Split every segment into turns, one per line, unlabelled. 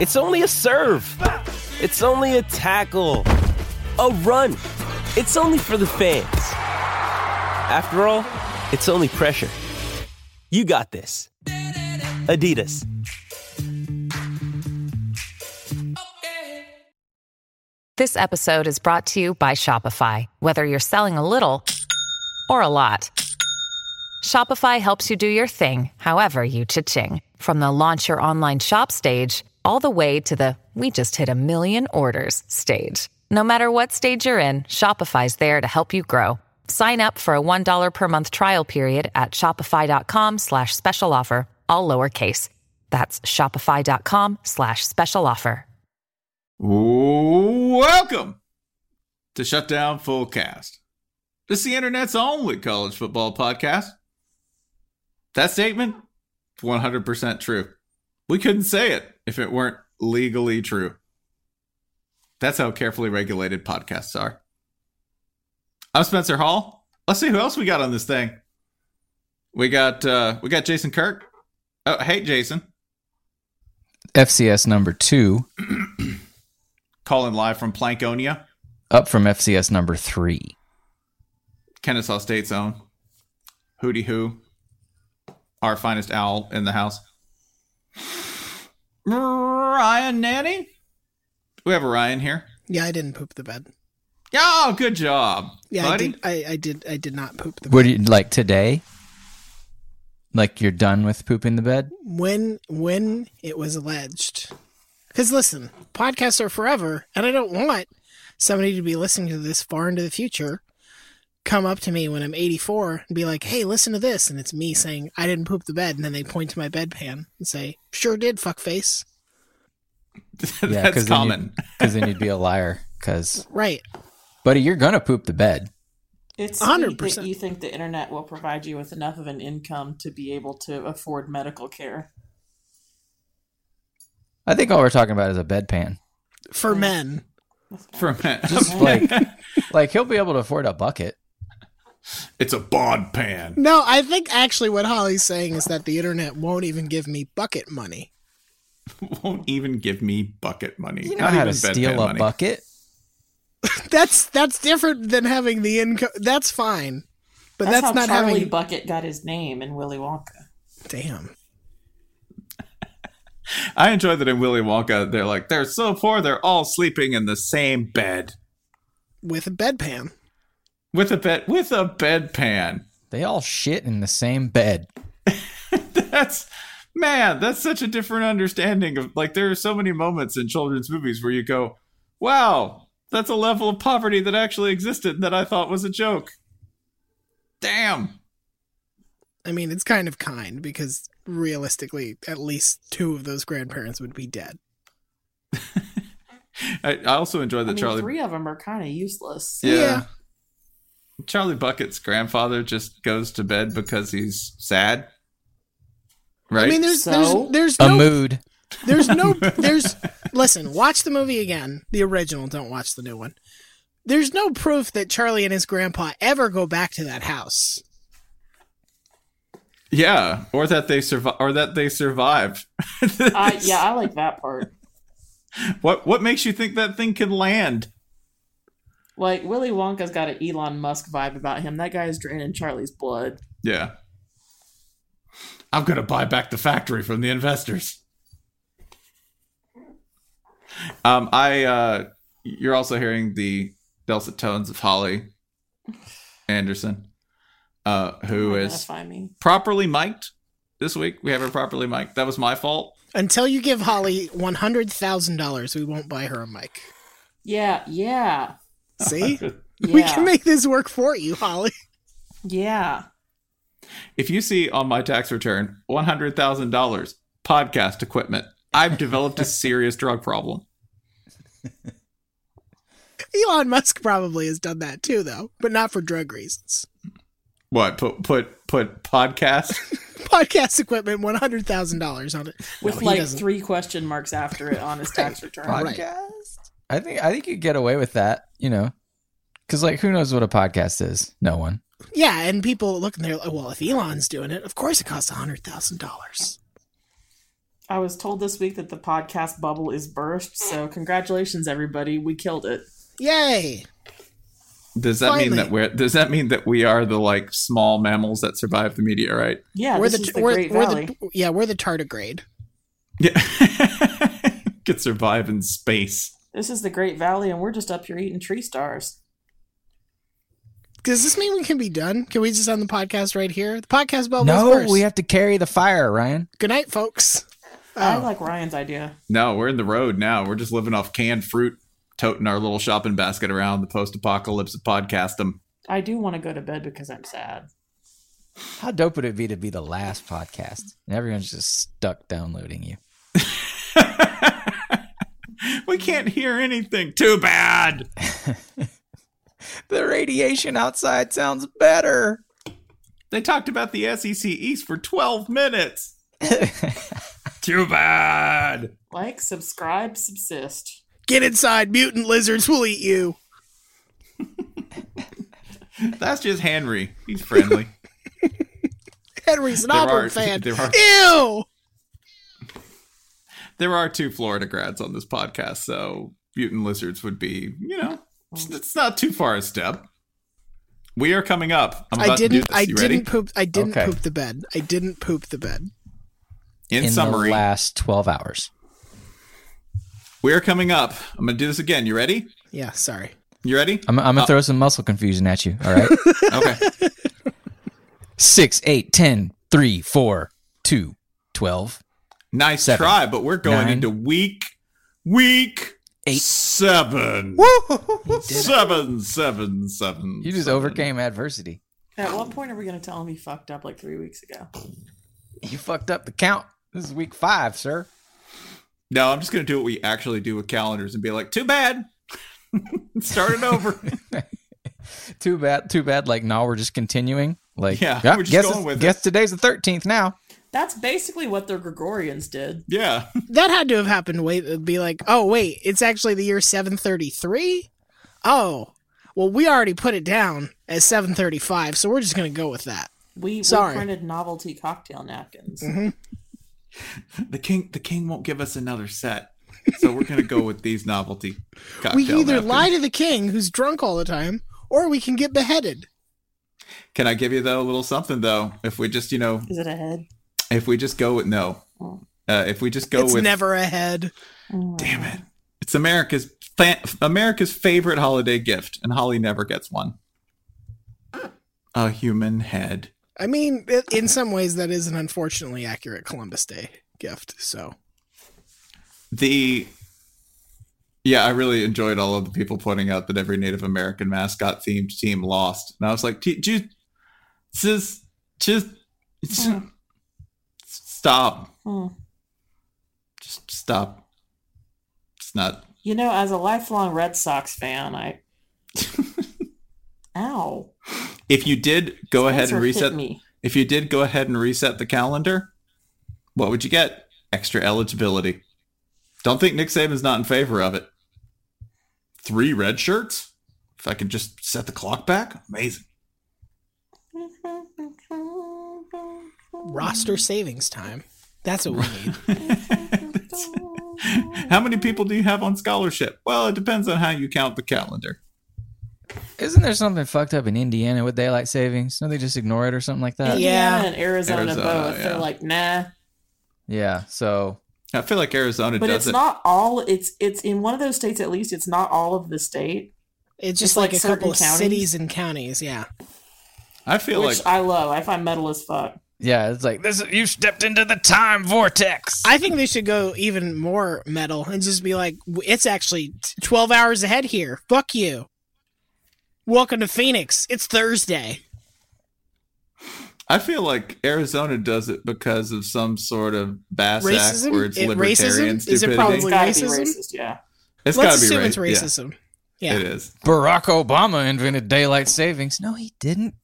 It's only a serve. It's only a tackle, a run. It's only for the fans. After all, it's only pressure. You got this. Adidas.
This episode is brought to you by Shopify. Whether you're selling a little or a lot, Shopify helps you do your thing, however you cha-ching. From the launch your online shop stage, all the way to the we just hit a million orders stage. No matter what stage you're in, Shopify's there to help you grow. Sign up for a $1 per month trial period at shopify.com slash special offer, all lowercase. That's shopify.com slash special offer.
Welcome to Shutdown Full Cast. This is the internet's only college football podcast. That statement, 100% true. We couldn't say it if it weren't legally true. That's how carefully regulated podcasts are. I'm Spencer Hall. Let's see who else we got on this thing. We got uh we got Jason Kirk. Oh, hey Jason,
FCS number two,
calling live from Plankonia,
up from FCS number three.
Kennesaw State's own. Hooty Hoo. Our finest owl in the house. Ryan Nanny? Do we have a Ryan here?
Yeah, I didn't poop the bed.
Oh, good job.
Yeah,
buddy.
I did. I, I did. I did not poop the bed.
Um, What do you like today? Like you're done with pooping the bed?
When when it was alleged, because listen, podcasts are forever, and I don't want somebody to be listening to this far into the future. Come up to me when I'm 84 and be like, "Hey, listen to this," and it's me saying I didn't poop the bed, and then they point to my bedpan and say, "Sure did, fuckface."
That's common.
Because then you'd be a liar. Because,
Right?
buddy, you're gonna poop the bed.
It's
Hundred
sweet that
percent.
you think the internet will provide you with enough of an income to be able to afford medical care.
I think all we're talking about is a bedpan.
For men,
For a minute.
Just like, like he'll be able to afford a bucket.
it's a bod pan.
no, I think actually what Holly's saying is that the internet won't even give me bucket money.
Won't even give me bucket money.
You know how to
even bedpan
steal a
money.
bucket?
That's that's different than having the income. That's fine, but
That's,
that's,
how
not
Charlie
having.
Bucket got his name in Willy Wonka.
Damn.
I enjoy that in Willy Wonka, they're like, they're so poor, they're all sleeping in the same bed.
with a bedpan.
With a bed with a bedpan.
They all shit in the same bed.
That's man, that's such a different understanding of like there are so many moments in children's movies where you go, Wow, that's a level of poverty that actually existed that I thought was a joke. Damn.
I mean, it's kind of kind because realistically, at least two of those grandparents would be dead.
I, I also enjoy
I
that
mean,
Charlie
three of them are kind of useless.
yeah.
Yeah.
Charlie Bucket's grandfather just goes to bed because he's sad. Right?
I mean, there's
So?
there's there's
A
no
mood.
there's no there's listen. Watch the movie again, the original. Don't watch the new one. There's no proof that Charlie and his grandpa ever go back to that house.
yeah. Or that they survive or that they survive.
I, Uh, yeah, I like that part.
What what makes you think that thing can land?
Like Willy Wonka's got an Elon Musk vibe about him. That guy is draining Charlie's blood.
Yeah. I'm going to buy back the factory from the investors. Um, I uh, you're also hearing the dulcet tones of Holly Anderson, uh, who
Where can
is
I find me?
properly mic'd this week. We have her properly mic'd. That was my fault.
Until you give Holly one hundred thousand dollars, we won't buy her a mic.
Yeah, yeah.
See, we
Yeah.
can make this work for you, Holly.
Yeah.
If you see on my tax return one hundred thousand dollars podcast equipment, I've developed a serious drug problem.
Elon Musk probably has done that too, though, but not for drug reasons.
What put put put podcast?
Podcast equipment, one hundred thousand dollars on it,
With
No, he
like
doesn't.
three question marks after it on his tax return.
Right.
I think I think you get away with that, you know, because like who knows what a podcast is? No one.
Yeah, and people look and they're like, "Oh, "Well, if Elon's doing it, of course it costs hundred thousand dollars."
I was told this week that the podcast bubble is burst, so congratulations everybody. We killed it.
Yay!
Does that mean
Finally.
that we're? Does that mean that we are the like small mammals that survived the meteorite?
Yeah,
we're
this
the,
is the
we're,
Great
we're
Valley.
the yeah we're the tardigrade.
Could survive in space.
This is the Great Valley, and we're just up here eating tree stars.
Does this mean we can be done? Can we just end the podcast right here? The podcast bubble.
no,
is burst.
we have to carry the fire, Ryan.
Good night, folks.
I like Ryan's idea.
No, we're in the road now. We're just living off canned fruit, toting our little shopping basket around the post-apocalypse of podcastum.
I do want to go to bed because I'm sad.
How dope would it be to be the last podcast and everyone's just stuck downloading you?
We can't hear anything. Too bad.
The radiation outside sounds better.
They talked about the SEC East for 12 minutes. Too bad.
Like, subscribe, subsist.
Get inside, mutant lizards will eat you.
That's just Henry. He's friendly.
Henry's an
There
Auburn
are-
fan.
there are-
Ew.
there are two Florida grads on this podcast, so mutant lizards would be, you know, it's,
Mm.
it's not too far a step. We are coming up. I'm about
I
To do
didn't.
this.
I
You ready?
didn't poop. I didn't
Okay.
poop the bed. I didn't poop the bed.
In,
the
summary,
last twelve hours.
we are coming up. I'm going to do this again. You ready?
Yeah, sorry.
You ready? Uh,
I'm, I'm gonna throw some muscle confusion at you. All right.
okay.
Six, eight, ten, three, four, two, twelve,
Nice
Seven,
try, but we're going
nine,
into week week
eight.
seven. Seven, seven, seven.
You just
seven.
overcame adversity.
At what point are we going to tell him he fucked up like three weeks ago?
You fucked up the count. This is week five, sir.
No, I'm just going to do what we actually do with calendars and be like, too bad. Start it over.
Too bad. Too bad. Like now we're just continuing. Like
Yeah, we're just
guess
going
it's-
with it.
guess today's the thirteenth now.
That's basically what the Gregorians did.
yeah.
That had to have happened. Wait, it'd be like, oh wait, it's actually the year seven thirty three. Oh, well, we already put it down as seven thirty five, so we're just gonna go with that.
We,
Sorry.
we printed novelty cocktail napkins.
Mm-hmm.
The king the king won't give us another set. So we're going to go with these novelty cocktail
we can either
napkins.
lie to the king, who's drunk all the time, or we can get beheaded.
Can I give you though a little something though? If we just, you know,
Is it a head?
if we just go with no. Uh, if we just go
it's
with
never a head.
damn it. It's America's fa- America's favorite holiday gift and Holly never gets one. A human head.
I mean, i in some ways, that is an unfortunately accurate Columbus Day gift. So
the yeah i really enjoyed all of the people pointing out that every native american mascot themed team lost and i was like "Gee, just just just just
Hmm.
stop
Hmm.
just stop it's not
You know, as a lifelong Red Sox fan, I. Ow.
if you did go ahead
Spencer
and
hit
reset
me.
if you did go ahead and reset the calendar what would you get extra eligibility don't think nick saban's not in favor of it three red shirts if i can just set the clock back amazing
roster savings time. That's what we need.
How many people do you have on scholarship? Well, it depends on how you count the calendar.
Isn't there something fucked up in Indiana with daylight savings? No, they just ignore it or something like that.
Indiana and Arizona,
Arizona,
both.
yeah.
They're like, nah.
Yeah. So
I feel like Arizona
but
does
it's
it.
not all it's it's in one of those states at least, it's not all of the state.
It's just like, a couple of cities and counties. Yeah.
I feel
Which
like
I love. I find metal as fuck.
yeah, it's like this. You stepped into the time vortex.
I think they should go even more metal and just be like, "W- it's actually t- 12 hours ahead here. Fuck you. Welcome to Phoenix. It's Thursday.
I feel like Arizona does it because of some sort of bass act
Racism?
where it's
It- racism? Is
libertarian
it
stupidity.
probably
It's gotta
racism?
be racist, yeah.
It's
Let's
gotta be
assume
ra-
it's
yeah.
racism. Yeah.
It is.
Barack Obama invented daylight savings. No, he didn't.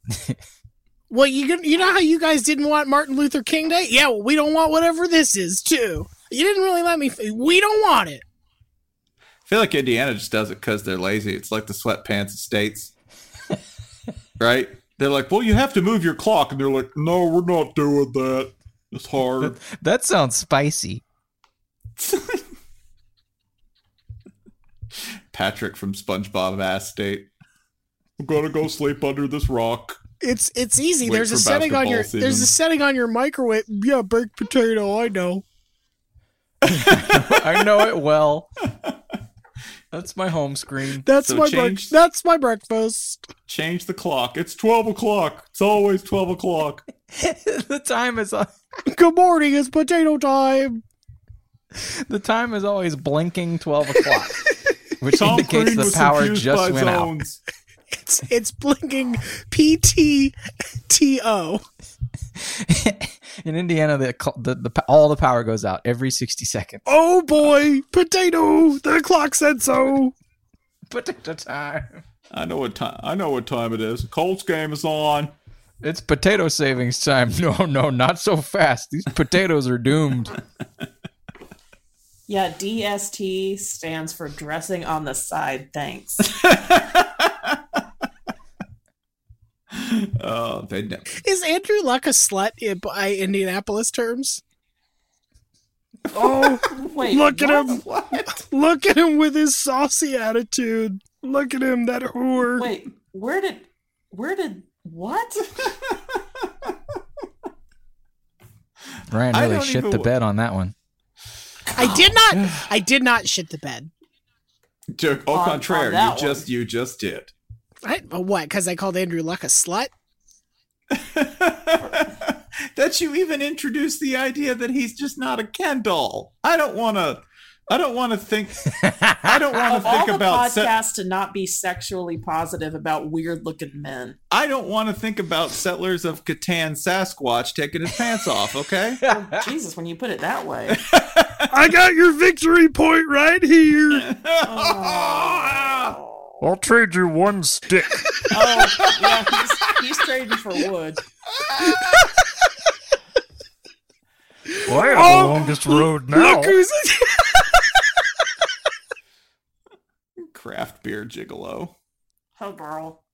Well, you can- you know how you guys didn't want Martin Luther King Day? Yeah, well, we don't want whatever this is, too. You didn't really let me. f- We don't want it.
I feel like Indiana just does it because they're lazy. It's like the sweatpants of states, right? They're like, well, you have to move your clock, and they're like, no, we're not doing that. It's hard.
that sounds spicy.
Patrick from SpongeBob Ass State. I'm gonna go sleep under this rock.
It's it's easy.
Wait
there's a
for
setting on
basketball
your there's
season.
a setting on your microwave. Yeah, baked potato. I know.
I know it well. That's my home screen.
That's
So
my
change-
breakfast. That's my breakfast.
Change the clock. It's twelve o'clock. It's always twelve o'clock.
the time is uh,
Good morning. It's potato time.
the time is always blinking twelve o'clock, which
Tom
indicates
Green
the
was
power
confused by
just went out.
zones.
It's it's blinking P T T O.
In Indiana, the, cl- the, the p- all the power goes out every sixty seconds.
Oh boy, potato. The clock said so.
But at the time,
I know what time. I know what time it is. Colts game is on.
it's potato savings time. No, no, not so fast. These potatoes are doomed.
Yeah, DST stands for dressing on the side, thanks.
Oh, they know.
Is Andrew Luck a slut i- by Indianapolis terms?
Wait,
Oh, Look at
what?
him. Look at him with his saucy attitude. Look at him, that whore.
Wait, where did where did what?
Ryan
I
really
don't
shit
even
the
wa-
bed on that one.
I did not. I did not shit the bed.
Joke. Au
On- on
contraire, you
that
just you just did.
I, what? Because I called Andrew Luck a slut.
that you even introduce the idea that he's just not a Ken doll. I don't want to. I don't want to think. I don't want
Of
to think
all the
about. se-
podcasts to not be sexually positive about weird looking men.
I don't want to think about settlers of Catan Sasquatch taking his pants off. Okay.
Ah.
Jesus, when you put it that way.
I got your victory point right here.
I'll trade you one stick.
Oh, yeah, he's, he's trading for wood.
Well, I have
Oh!
the longest road now.
Look who's
Craft beer gigolo.
Oh, girl.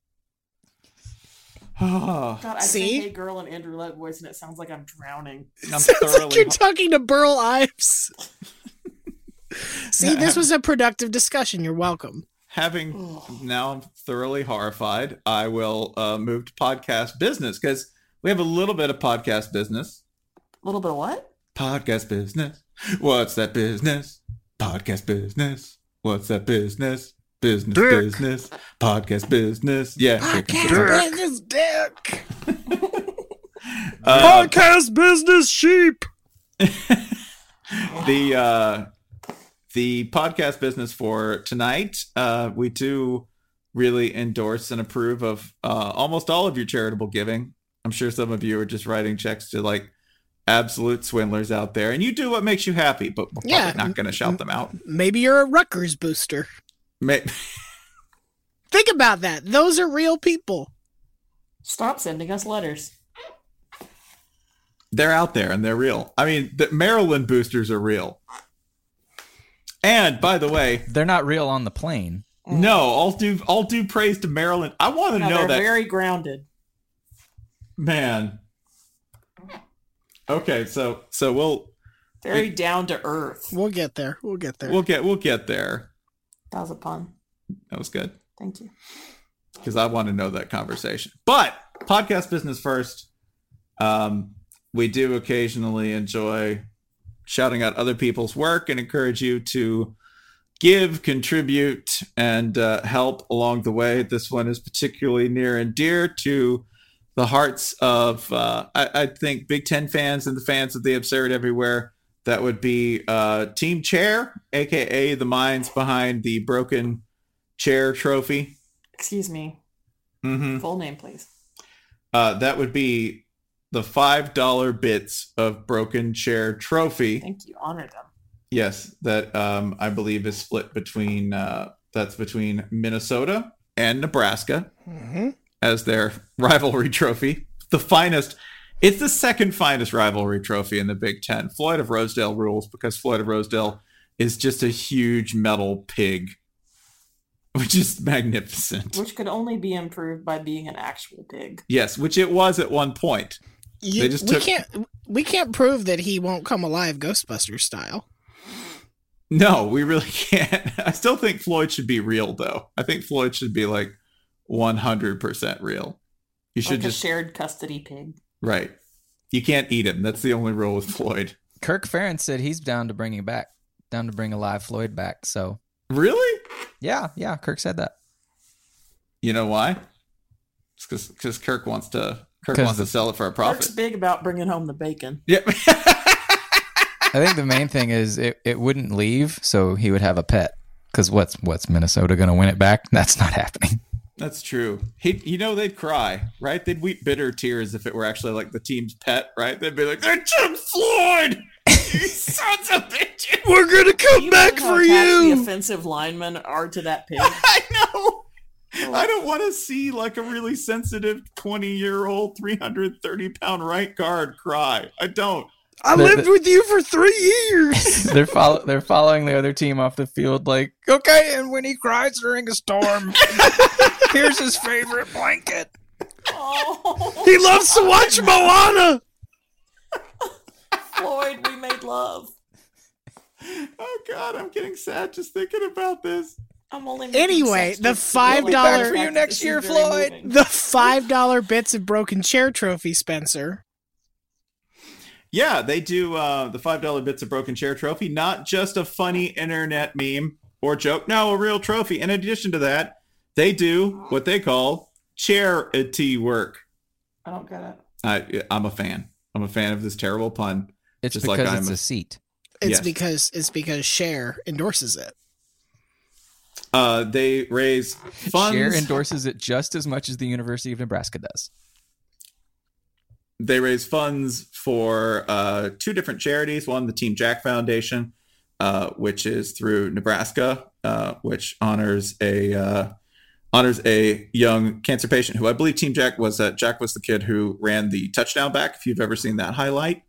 I'm
God, I
See?
sing "Hey Girl" and Andrew Luck voice, and it sounds like I'm drowning.
Sounds like
thoroughly.
you're talking to Burl Ives. See, this was a productive discussion. You're welcome.
having now I'm thoroughly horrified, I will uh, move to podcast business because we have a little bit of podcast business.
A little bit of what?
Podcast business. What's that business? Podcast business. What's that business? Business
Dick.
business. Podcast business. Yeah.
Dick.
Business dick.
Uh,
Podcast business sheep.
the uh the podcast business for tonight uh we do really endorse and approve of uh almost all of your charitable giving i'm sure some of you are just writing checks to like absolute swindlers out there and you do what makes you happy but we're
Yeah.
probably not going to shout them out
Maybe you're a Rutgers booster.
Ma-
Think about that. Those are real people.
Stop sending us letters.
they're out there and they're real i mean the maryland boosters are real and by the way
They're not real on the plane.
no all due all due praise to maryland i want to
Mm. No,
know
they're
that
very grounded.
man okay so so we'll
Very down to earth.
We'll get there. We'll get there.
we'll get we'll get there
That was a pun.
that was good
Thank you.
because I want to know that conversation. But podcast business first. Um, we do occasionally enjoy shouting out other people's work and encourage you to give, contribute, and uh, help along the way. This one is particularly near and dear to the hearts of, uh, I, I think, Big Ten fans and the fans of the absurd everywhere. That would be uh, Team Chair, aka the minds behind the broken chair trophy.
Excuse me.
Mm-hmm.
Full name, please.
Uh, that would be the five dollar bits of broken chair trophy.
Thank you. Honor them.
Yes, that um, I believe is split between uh, that's between Minnesota and Nebraska
Mm-hmm.
as their rivalry trophy. The finest. It's the second finest rivalry trophy in the Big Ten. Floyd of Rosedale rules because Floyd of Rosedale is just a huge metal pig, which is magnificent.
Which could only be improved by being an actual pig.
Yes, which it was at one point.
You,
they just
we
took
can't we can't prove that he won't come alive Ghostbuster style.
no. We really can't. I still think Floyd should be real, though. I think Floyd should be like one hundred percent real. You should
like
just
a shared custody pig.
right. You can't eat him. That's the only rule with Floyd.
Kirk Ferentz said he's down to bring it back, down to bring alive Floyd back. So
Really?
yeah, yeah, Kirk said that.
You know why? It's because Kirk wants to. Kirk
'Cause
wants to sell it for a
Kirk's
profit.
big about bringing home the bacon.
Yep.
I think the main thing is it, it wouldn't leave, so he would have a pet. Because what's what's Minnesota going to win it back? That's not happening.
That's true. He, you know, they'd cry, right? They'd weep bitter tears if it were actually like the team's pet, right? They'd be like, "They're Jim Floyd, you sons of bitches. We're gonna come
Imagine how attached The offensive linemen are to that pig.
I know. I don't want to see like a really sensitive 20 year old, 330 pound right guard cry. I don't.
I The- lived the-
with you for three years.
they're follow, they're following the other team off the field. Like
okay, and when he cries during a storm,
here's his favorite blanket.
Oh,
he loves to watch Moana.
Floyd, we made love.
Oh, God, I'm getting sad just thinking about this.
I'm only making
Anyway,
sense
the
to-
five
We'll be back
dollar
for you next year, Floyd.
The five dollar bits of broken chair trophy, Spencer.
Yeah, they do uh, the $5 bits of broken chair trophy, not just a funny internet meme or joke. No, a real trophy. In addition to that, they do what they call charity work.
I don't get it.
I, I'm a fan. I'm a fan of this terrible pun.
It's
Just like
because
I'm
it's
a-
a seat.
It's
Yes.
because it's because Cher endorses it.
Uh, they raise funds.
Share endorses it just as much as the University of Nebraska does.
they raise funds for uh, two different charities. One, the Team Jack Foundation, uh, which is through Nebraska, uh, which honors a uh, honors a young cancer patient who I believe Team Jack was. Uh, Jack was the kid who ran the touchdown back. If you've ever seen that highlight,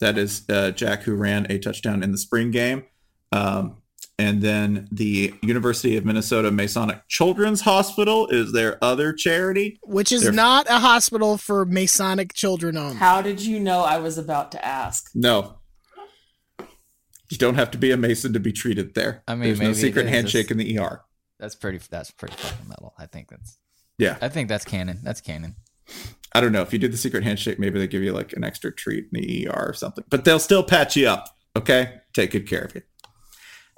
that is uh, Jack who ran a touchdown in the spring game. Um, and then the University of Minnesota Masonic Children's Hospital is their other charity.
Which is
They're-
not a hospital for Masonic children only.
How did you know I was about to ask?
No. You don't have to be a Mason to be treated there.
I mean,
there's no
maybe it
secret
is.
handshake in the ER.
That's pretty. That's pretty fucking metal. I think that's.
Yeah.
I think that's canon. That's canon.
I don't know. If you do the secret handshake, maybe they give you like an extra treat in the ER or something, but they'll still patch you up. Okay. Take good care of you.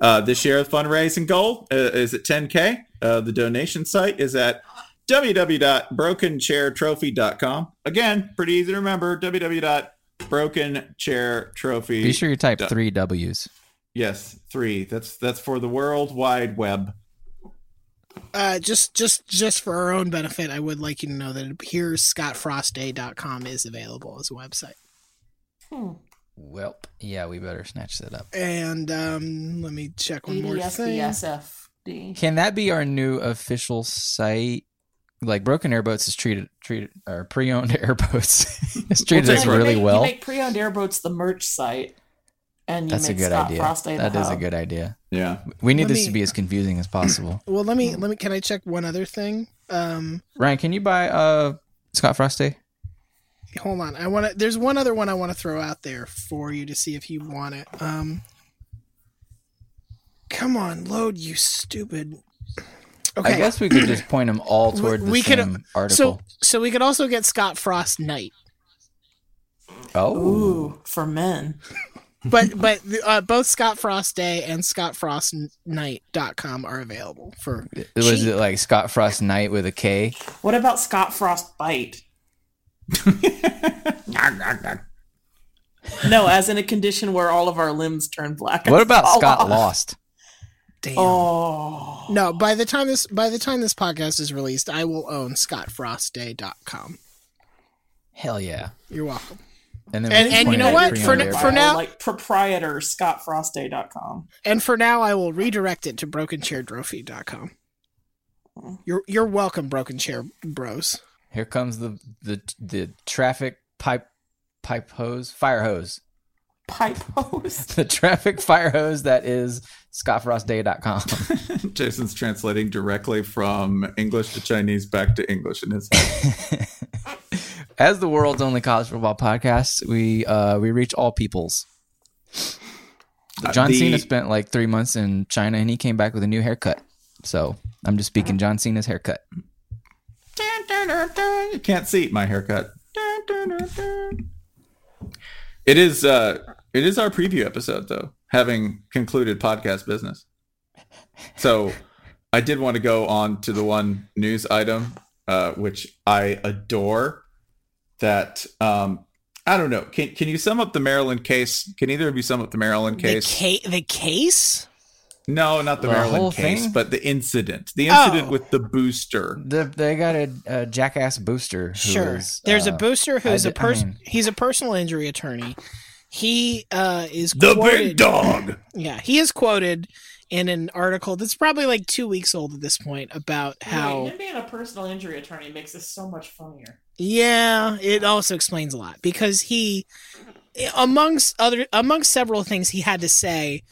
Uh, this year's fundraising goal uh, is at 10K. Uh, the donation site is at www.brokenchairtrophy.com. Again, pretty easy to remember www.brokenchairtrophy.
Be sure you type
Done.
three W's.
Yes, three. That's that's for the World Wide Web.
Uh, just just just for our own benefit, I would like you to know that here's scottfrostday.com is available as a website.
Hmm.
Welp. Yeah, we better snatch that up.
And um, let me check one more thing.
DDSBSFD.
Can that be our new official site? Like broken airboats is treated treated or pre-owned airboats is treated
take
as
it.
You
really
make-
well.
You make pre-owned airboats the merch site, and you
That's a
make
good
Scott
idea.
Frost Day the
That is a
hub.
good idea.
Yeah.
We need
Let
this to
me-
be as confusing as possible.
Well, let me let me. Can I check one other thing? Um,
Ryan, can you buy uh Scott Frosty?
hold on. I want to. There's one other one I want to throw out there for you to see if you want it. Um, come on, load you stupid.
I guess we could just point them all
We-
toward the
we could-
same
So,
article.
so we could also get Scott Frost Knight,
oh,
Ooh, for men.
but but uh, both Scott Frost Day and scottfrostknight.com are available for.
was it like Scott Frost Knight with a K?
What about Scott Frost bite? no, as in a condition where all of our limbs turn black. and
What about
fall
Scott
off.
Lost?
Damn.
Oh
No, by the time this by the time this podcast is released, I will own scottfrostday.com.
Hell yeah!
You're welcome.
And
And-
we can
and you
point
know
it at
what?
pretty
For
much
n-
everything.
for now-
Oh, like proprietor scottfrostday.com.
And for now, I will redirect it to brokenchairdrophy.com. You're you're welcome, Broken Chair Bros.
Here comes the the the traffic pipe pipe hose fire hose.
Pipe hose.
The traffic fire hose that is scottfrostday.com.
Jason's translating directly from English to Chinese back to English in his head.
As the world's only college football podcast, we uh we reach all peoples.
Uh,
John
the-
Cena spent like three months in China and he came back with a new haircut. So I'm just speaking John Cena's haircut.
Dun, dun, dun, dun. You can't see my haircut. Dun, dun, dun, dun. It is uh it is our preview episode though, having concluded podcast business. So I did want to go on to the one news item uh which I adore that um I don't know. Can can you sum up the Maryland case? Can either of you sum up the Maryland case?
The, ca- the case?
No, not the,
The whole
Maryland case,
thing?
but the incident. The
Oh.
incident with the booster.
The, they got a, a jackass booster. who
Sure.
is,
There's a
uh,
booster who's
I
a
d- I
person.
mean-
he's a personal injury attorney. He uh, is
The
quoted-
big dog.
Yeah, he is quoted in an article that's probably like two weeks old at this point about how.
Wait, him being a personal injury attorney makes this so much funnier.
Yeah, it also explains a lot because he, amongst other, amongst several things he had to say,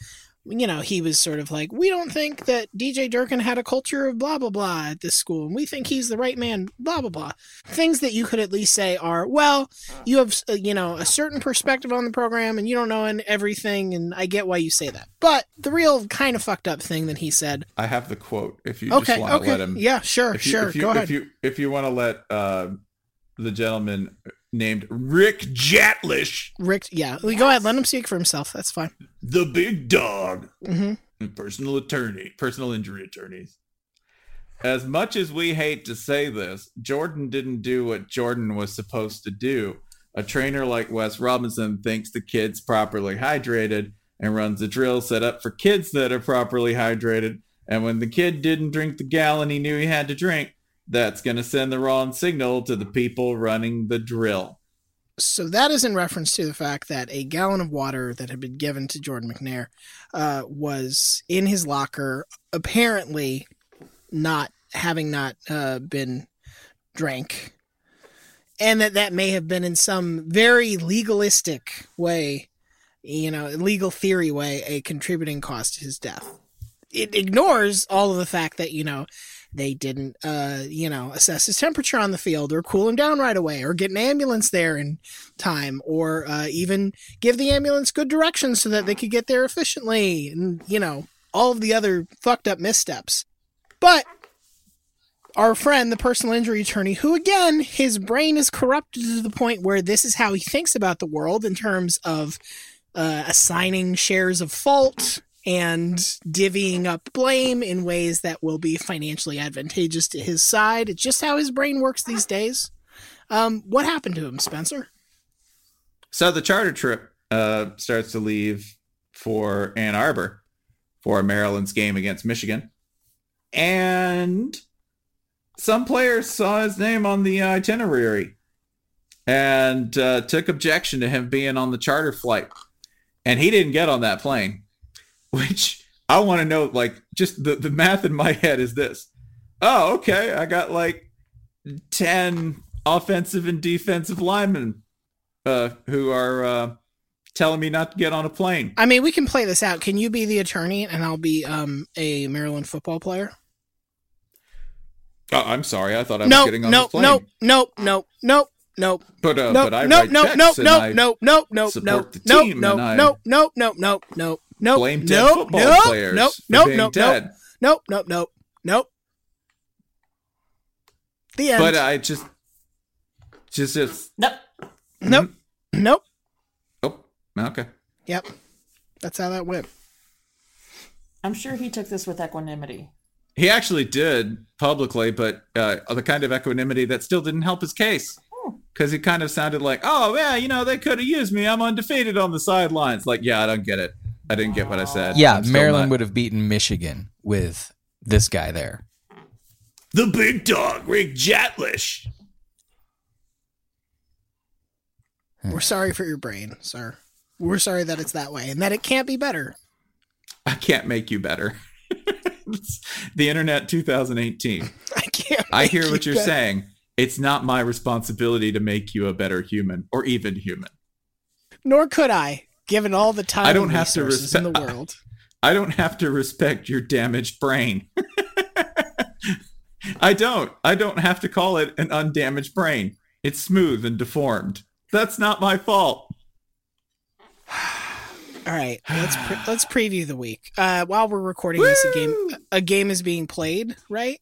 you know, he was sort of like, we don't think that DJ Durkin had a culture of blah blah blah at this school, and we think he's the right man, blah blah blah. Things that you could at least say are, well, you have, uh, you know, a certain perspective on the program, and you don't know and everything, and I get why you say that. But the real kind of fucked up thing that he said.
I have the quote. If you
Okay,
just want to
okay,
let him,
yeah, sure,
If you-
sure,
If you,
go
if
ahead.
You, if you want to let uh, the gentleman named Rick Jatlish,
Rick, yeah, go ahead, let him speak for himself. That's fine.
the big dog,
hmm
personal attorney, personal injury attorneys. As much as we hate to say this, Jordan didn't do what Jordan was supposed to do. A trainer like Wes Robinson thinks the kid's properly hydrated and runs a drill set up for kids that are properly hydrated. And when the kid didn't drink the gallon he knew he had to drink, that's going to send the wrong signal to the people running the drill.
So that is in reference to the fact that a gallon of water that had been given to Jordan McNair uh, was in his locker, apparently not having not uh, been drank, and that that may have been in some very legalistic way, you know, legal theory way, a contributing cause to his death. It ignores all of the fact that you know they didn't uh you know assess his temperature on the field or cool him down right away or get an ambulance there in time or uh, even give the ambulance good directions so that they could get there efficiently and you know all of the other fucked up missteps but our friend the personal injury attorney who again his brain is corrupted to the point where this is how he thinks about the world in terms of uh, assigning shares of fault and divvying up blame in ways that will be financially advantageous to his side. It's just how his brain works these days. Um, what happened to him, Spencer?
So the charter trip uh, starts to leave for Ann Arbor for Maryland's game against Michigan. And some players saw his name on the itinerary and uh, took objection to him being on the charter flight. And he didn't get on that plane, which I want to know like, just the, the math in my head is this. Oh, okay. I got like 10 offensive and defensive linemen uh, who are uh, telling me not to get on a plane.
I mean, we can play this out. Can you be the attorney and I'll be um, a Maryland football player?
Oh, I'm sorry. I thought I was
No,
getting on
no,
this plane.
no, no, no, no, no.
But, uh,
no,
but I
no,
write
no,
checks
no,
and
no,
I
no, no, no, no,
support the
no,
team
no,
and I
no, no, no, no, no, no,
blame dead
no,
football
no,
players
no,
for
no,
being
no, no,
dead.
no, no, no, no, The end.
But I just, just if
nope,
um,
nope, nope.
Okay.
Yep, that's how that went.
I'm sure he took this with equanimity.
He actually did publicly, but uh, the kind of equanimity that still didn't help his case.
Oh.
Because he kind of sounded like, oh, yeah, you know, they could have used me. I'm undefeated on the sidelines. Like, yeah, I don't get it. I didn't get what I said.
Yeah,
I'm still
Maryland
not-
would have beaten Michigan with this guy there.
The big dog, Rick Jatlish.
We're sorry for your brain, sir. We're sorry that it's that way and that it can't be better.
I can't make you better. the internet 2018.
I can't.
I
make
hear
you
what you're
better.
saying. It's not my responsibility to make you a better human or even human.
Nor could I, given all the time
I don't
and
have to
resources in the
respect-
world.
I don't have to respect your damaged brain. I don't. I don't have to call it an undamaged brain. It's smooth and deformed. That's not my fault.
All right, let's pre- let's preview the week. Uh, while we're recording this, a game a game is being played, right?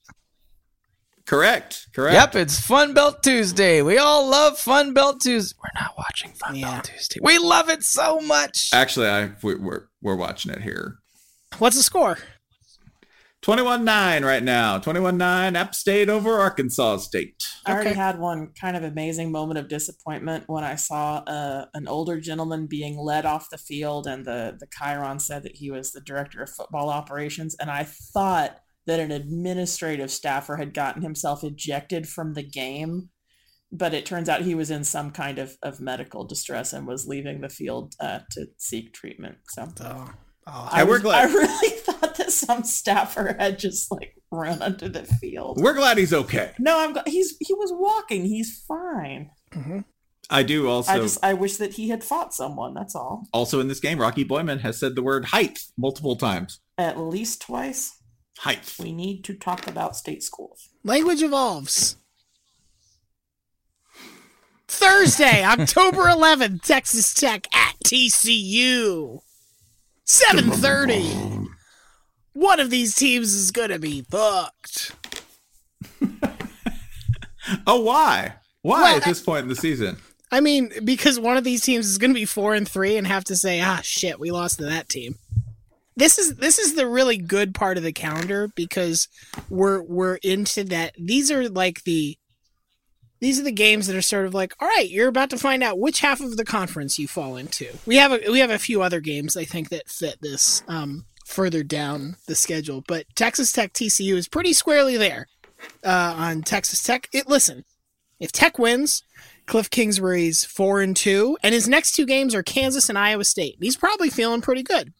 Correct. Correct.
Yep, it's Fun Belt Tuesday. We all love Fun Belt Tuesday. We're not watching Fun Belt Tuesday. We love it so much.
Actually, I we, we're we're watching it here.
What's the score?
21-9 right now. 21-9 App State over Arkansas State.
I already had one kind of amazing moment of disappointment when I saw uh, an older gentleman being led off the field, and the the Chiron said that he was the director of football operations, and I thought that an administrative staffer had gotten himself ejected from the game, but it turns out he was in some kind of, of medical distress and was leaving the field uh, to seek treatment. So. I,
And we're
was-
glad-
I really thought that some staffer had just like run under the field.
We're glad he's okay.
No, I'm. gl- He's he was walking. He's fine.
I do also
I just I wish that he had fought someone. That's all.
also in this game, Rocky Boyman has said the word height multiple times.
At least twice.
Height.
We need to talk about state schools.
Language evolves. Thursday, October 11th, Texas Tech at TCU. 7:30. One of these teams is going to be fucked.
Oh, why? Why
Well,
at this point in the season?
I mean, because one of these teams is going to be 4 and 3 and have to say, "Ah, shit, we lost to that team." This is this is the really good part of the calendar because we're we're into that. These are like the these are the games that are sort of like, all right, you're about to find out which half of the conference you fall into. We have a, we have a few other games I think that fit this um, further down the schedule, but Texas Tech TCU is pretty squarely there uh, on Texas Tech. It listen, if Tech wins, Cliff Kingsbury's four and two, and his next two games are Kansas and Iowa State. He's probably feeling pretty good.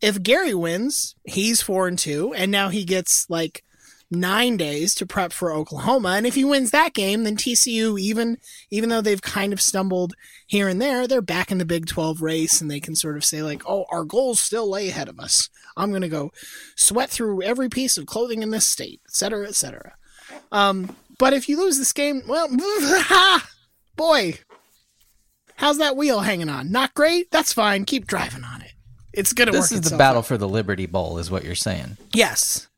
If Gary wins, he's four and two, and now he gets like nine days to prep for Oklahoma. And if he wins that game, then TCU, even even though they've kind of stumbled here and there, they're back in the Big Twelve race, and they can sort of say like, "Oh, our goals still lay ahead of us. I'm going to go sweat through every piece of clothing in this state, et cetera, et cetera." Um, but if you lose this game, well, boy, how's that wheel hanging on? Not great. That's fine. Keep driving on it. It's gonna work.
This is the
itself
battle
out.
for the Liberty Bowl, is what you're saying.
Yes.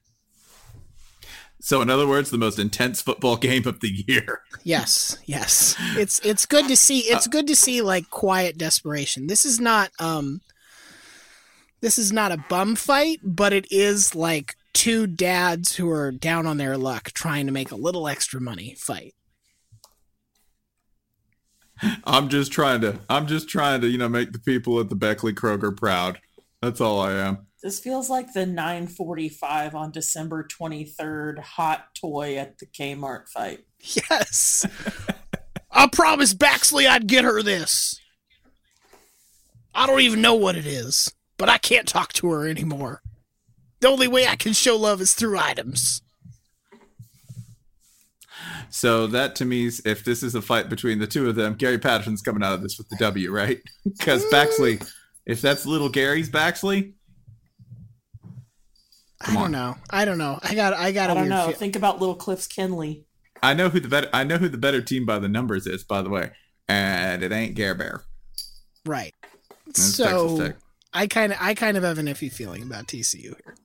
So, in other words, the most intense football game of the year.
Yes, yes. It's it's good to see it's good to see like quiet desperation. This is not um this is not a bum fight, but it is like two dads who are down on their luck trying to make a little extra money fight.
I'm just trying to, I'm just trying to, you know, make the people at the Beckley Kroger proud. That's all I am.
This feels like the 9:45 on December 23rd hot toy at the Kmart fight.
Yes. I promised Baxley I'd get her this. I don't even know what it is, but I can't talk to her anymore. The only way I can show love is through items.
So that to me, is- if this is a fight between the two of them, Gary Patterson's coming out of this with the W, right? Because Baxley, if that's little Gary's Baxley,
I don't know. I don't know. I got I got
I
a
don't
weird
know.
feel-
Think about little Cliff's Kenley.
I know who the better, I know who the better team by the numbers is, by the way, and it ain't Gare Bear.
Right.
It's Texas
so
Tech.
I kind of I kind of have an iffy feeling about TCU here.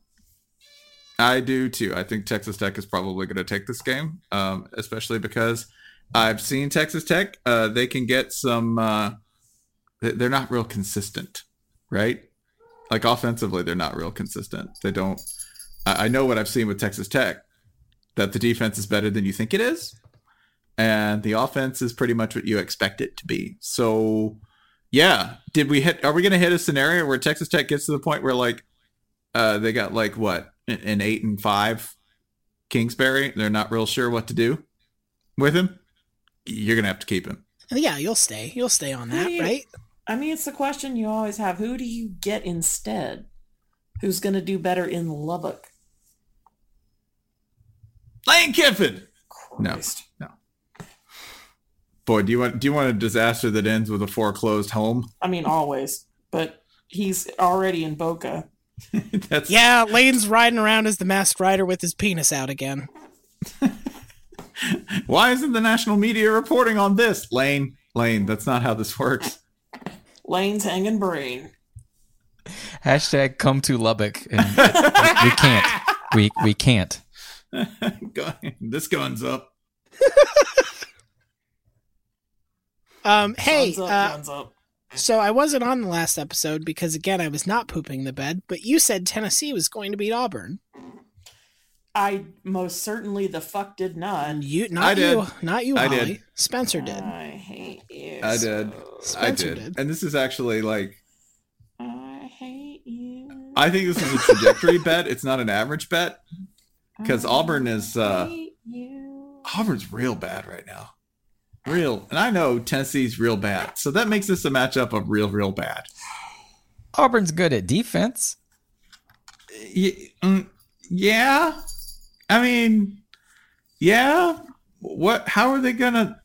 I do too. I think Texas Tech is probably going to take this game, um, especially because I've seen Texas Tech. Uh, they can get some. Uh, they- they're not real consistent, right? Like offensively, they're not real consistent. They don't. I, I know what I've seen with Texas Tech, that the defense is better than you think it is, and the offense is pretty much what you expect it to be. So, yeah, did we hit? Are we going to hit a scenario where Texas Tech gets to the point where like uh, they got like what an- an eight and five Kingsbury? They're not real sure what to do with him. You're gonna have to keep him.
Oh, Yeah, you'll stay. You'll stay on
Who
that,
do you-
right?
I mean, it's the question you always have: Who do you get instead? Who's going to do better in Lubbock?
Lane Kiffin. No, no. Boy, do you want do you want a disaster that ends with a foreclosed home?
I mean, always, but he's already in Boca.
yeah, Lane's riding around as the masked rider with his penis out again.
Why isn't the national media reporting on this, Lane? Lane, that's not how this works.
Lane's hanging brain.
Hashtag come to Lubbock. And we can't. We we can't.
Gun- this gun's up.
Um, hey,
Guns up,
uh,
guns up.
so I wasn't on the last episode because again I was not pooping the bed, but you said Tennessee was going to beat Auburn.
I most certainly the fuck did not.
You,
I
not
did.
you, not you,
I
Holly.
did.
Spencer did.
I hate you.
I did. I
Spencer
did.
did.
And this is actually like
I hate you.
I think this is a trajectory bet. It's not an average bet because Auburn is uh, Auburn's real bad right now, real. And I know Tennessee's real bad, so that makes this a matchup of real, real bad.
Auburn's good at defense.
Y- mm, Yeah, I mean, yeah. What? How are they gonna?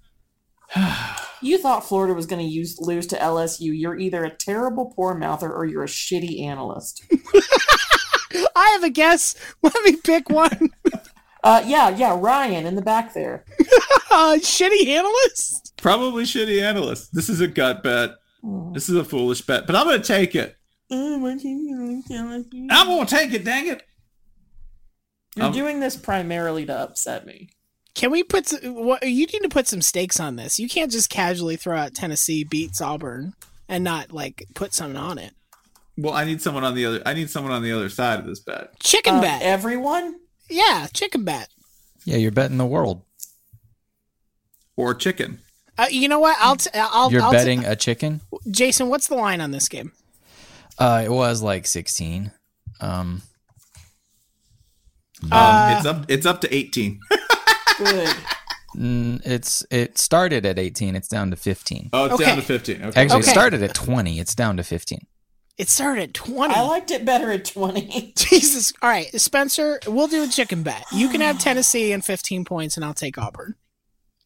You thought Florida was going to use lose to LSU. You're either a terrible poor mouther or you're a shitty analyst.
I have a guess. Let me pick one.
Uh, yeah, yeah, Ryan in the back there.
uh, shitty analyst.
Probably shitty analysts. This is a gut bet.
Hmm.
This is a foolish bet, but I'm gonna take it. I'm gonna take it. Dang it!
You're
Um,
doing this primarily to upset me.
Can we put s- what you need to put some stakes on this? You can't just casually throw out Tennessee beats Auburn and not like put something on it.
Well, I need someone on the other. I need someone on the other side of this bet.
Chicken
Uh,
bet.
Everyone?
yeah, chicken bet.
Yeah, you're betting the world.
or chicken.
Uh, you know what? I'll t- I'll
You're
I'll t-
betting a chicken.
Jason, what's the line on this game?
Uh, it was like 16. Um,
Uh,
Um, it's up. It's up to eighteen.
Good.
mm, it's it started at 18. It's down to 15.
Oh, it's
Okay.
down to fifteen. Okay.
Actually,
Okay.
it started at 20. It's down to 15.
It started at twenty.
I liked it better at 20.
Jesus. All right, Spencer, we'll do a chicken bet. You can have Tennessee and fifteen points, and I'll take Auburn.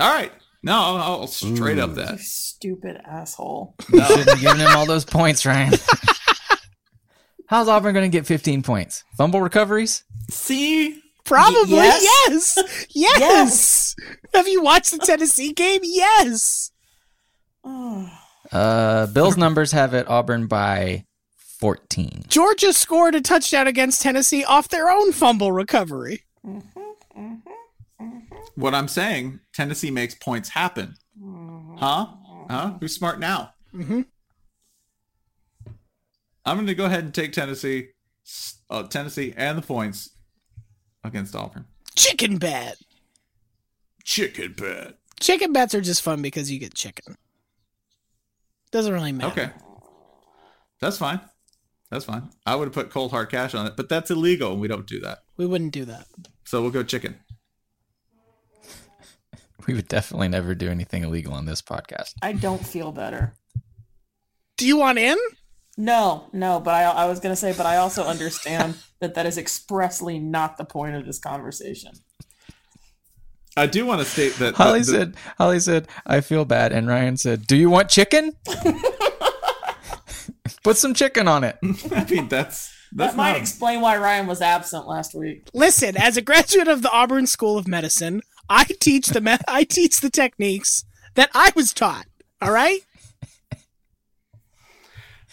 All right. No, I'll, I'll straight up that.
Stupid asshole.
You shouldn't have given him all those points, Ryan. How's Auburn going to get 15 points? Fumble recoveries?
See,
Probably
yes.
yes. Yes. Have you watched the Tennessee game? Yes.
Oh,
Uh, Bill's numbers have it Auburn by 14.
Georgia scored a touchdown against Tennessee off their own fumble recovery.
what I'm saying? Tennessee makes points happen. Huh? Huh? Who's smart now?
Mm-hmm.
I'm going to go ahead and take Tennessee, s- uh, Tennessee, and the points against Auburn.
Chicken bet.
Chicken bet.
Chicken bets are just fun because you get chicken. Doesn't really matter.
Okay, that's fine. That's fine. I would have put cold hard cash on it, but that's illegal, and we don't do that.
We wouldn't do that.
So we'll go chicken.
We would definitely never do anything illegal on this podcast.
I don't feel better.
Do you want in?
No, no, but I, I was going to say, but I also understand that that is expressly not the point of this conversation.
I do want to state that the-
Holly
the-
said, Holly said, I feel bad. And Ryan said, Do you want chicken? Put some chicken on it.
I mean, that's that's
that might
not.
explain why Ryan was absent last week.
Listen, as a graduate of the Auburn School of Medicine, I teach the me- I teach the techniques that I was taught. All right?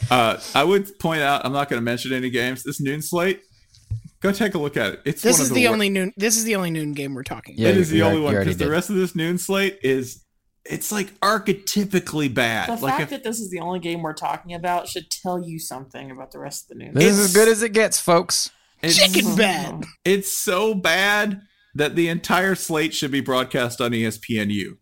uh, I would point out. I'm not going to mention any games. This noon slate Go take a look at it. It's
this
one
is
of
the,
the, wor-
only noon. This is the only noon game we're talking.
it is the
you-
only
you
one
already
because the
did.
rest of this noon slate is it's like archetypically bad.
The
like
fact
if
that this is the only game we're talking about should tell you something about the rest of the news.
This is as good as it gets, folks.
It's-
Chicken bad.
It's so bad that the entire slate should be broadcast on E ESPNU.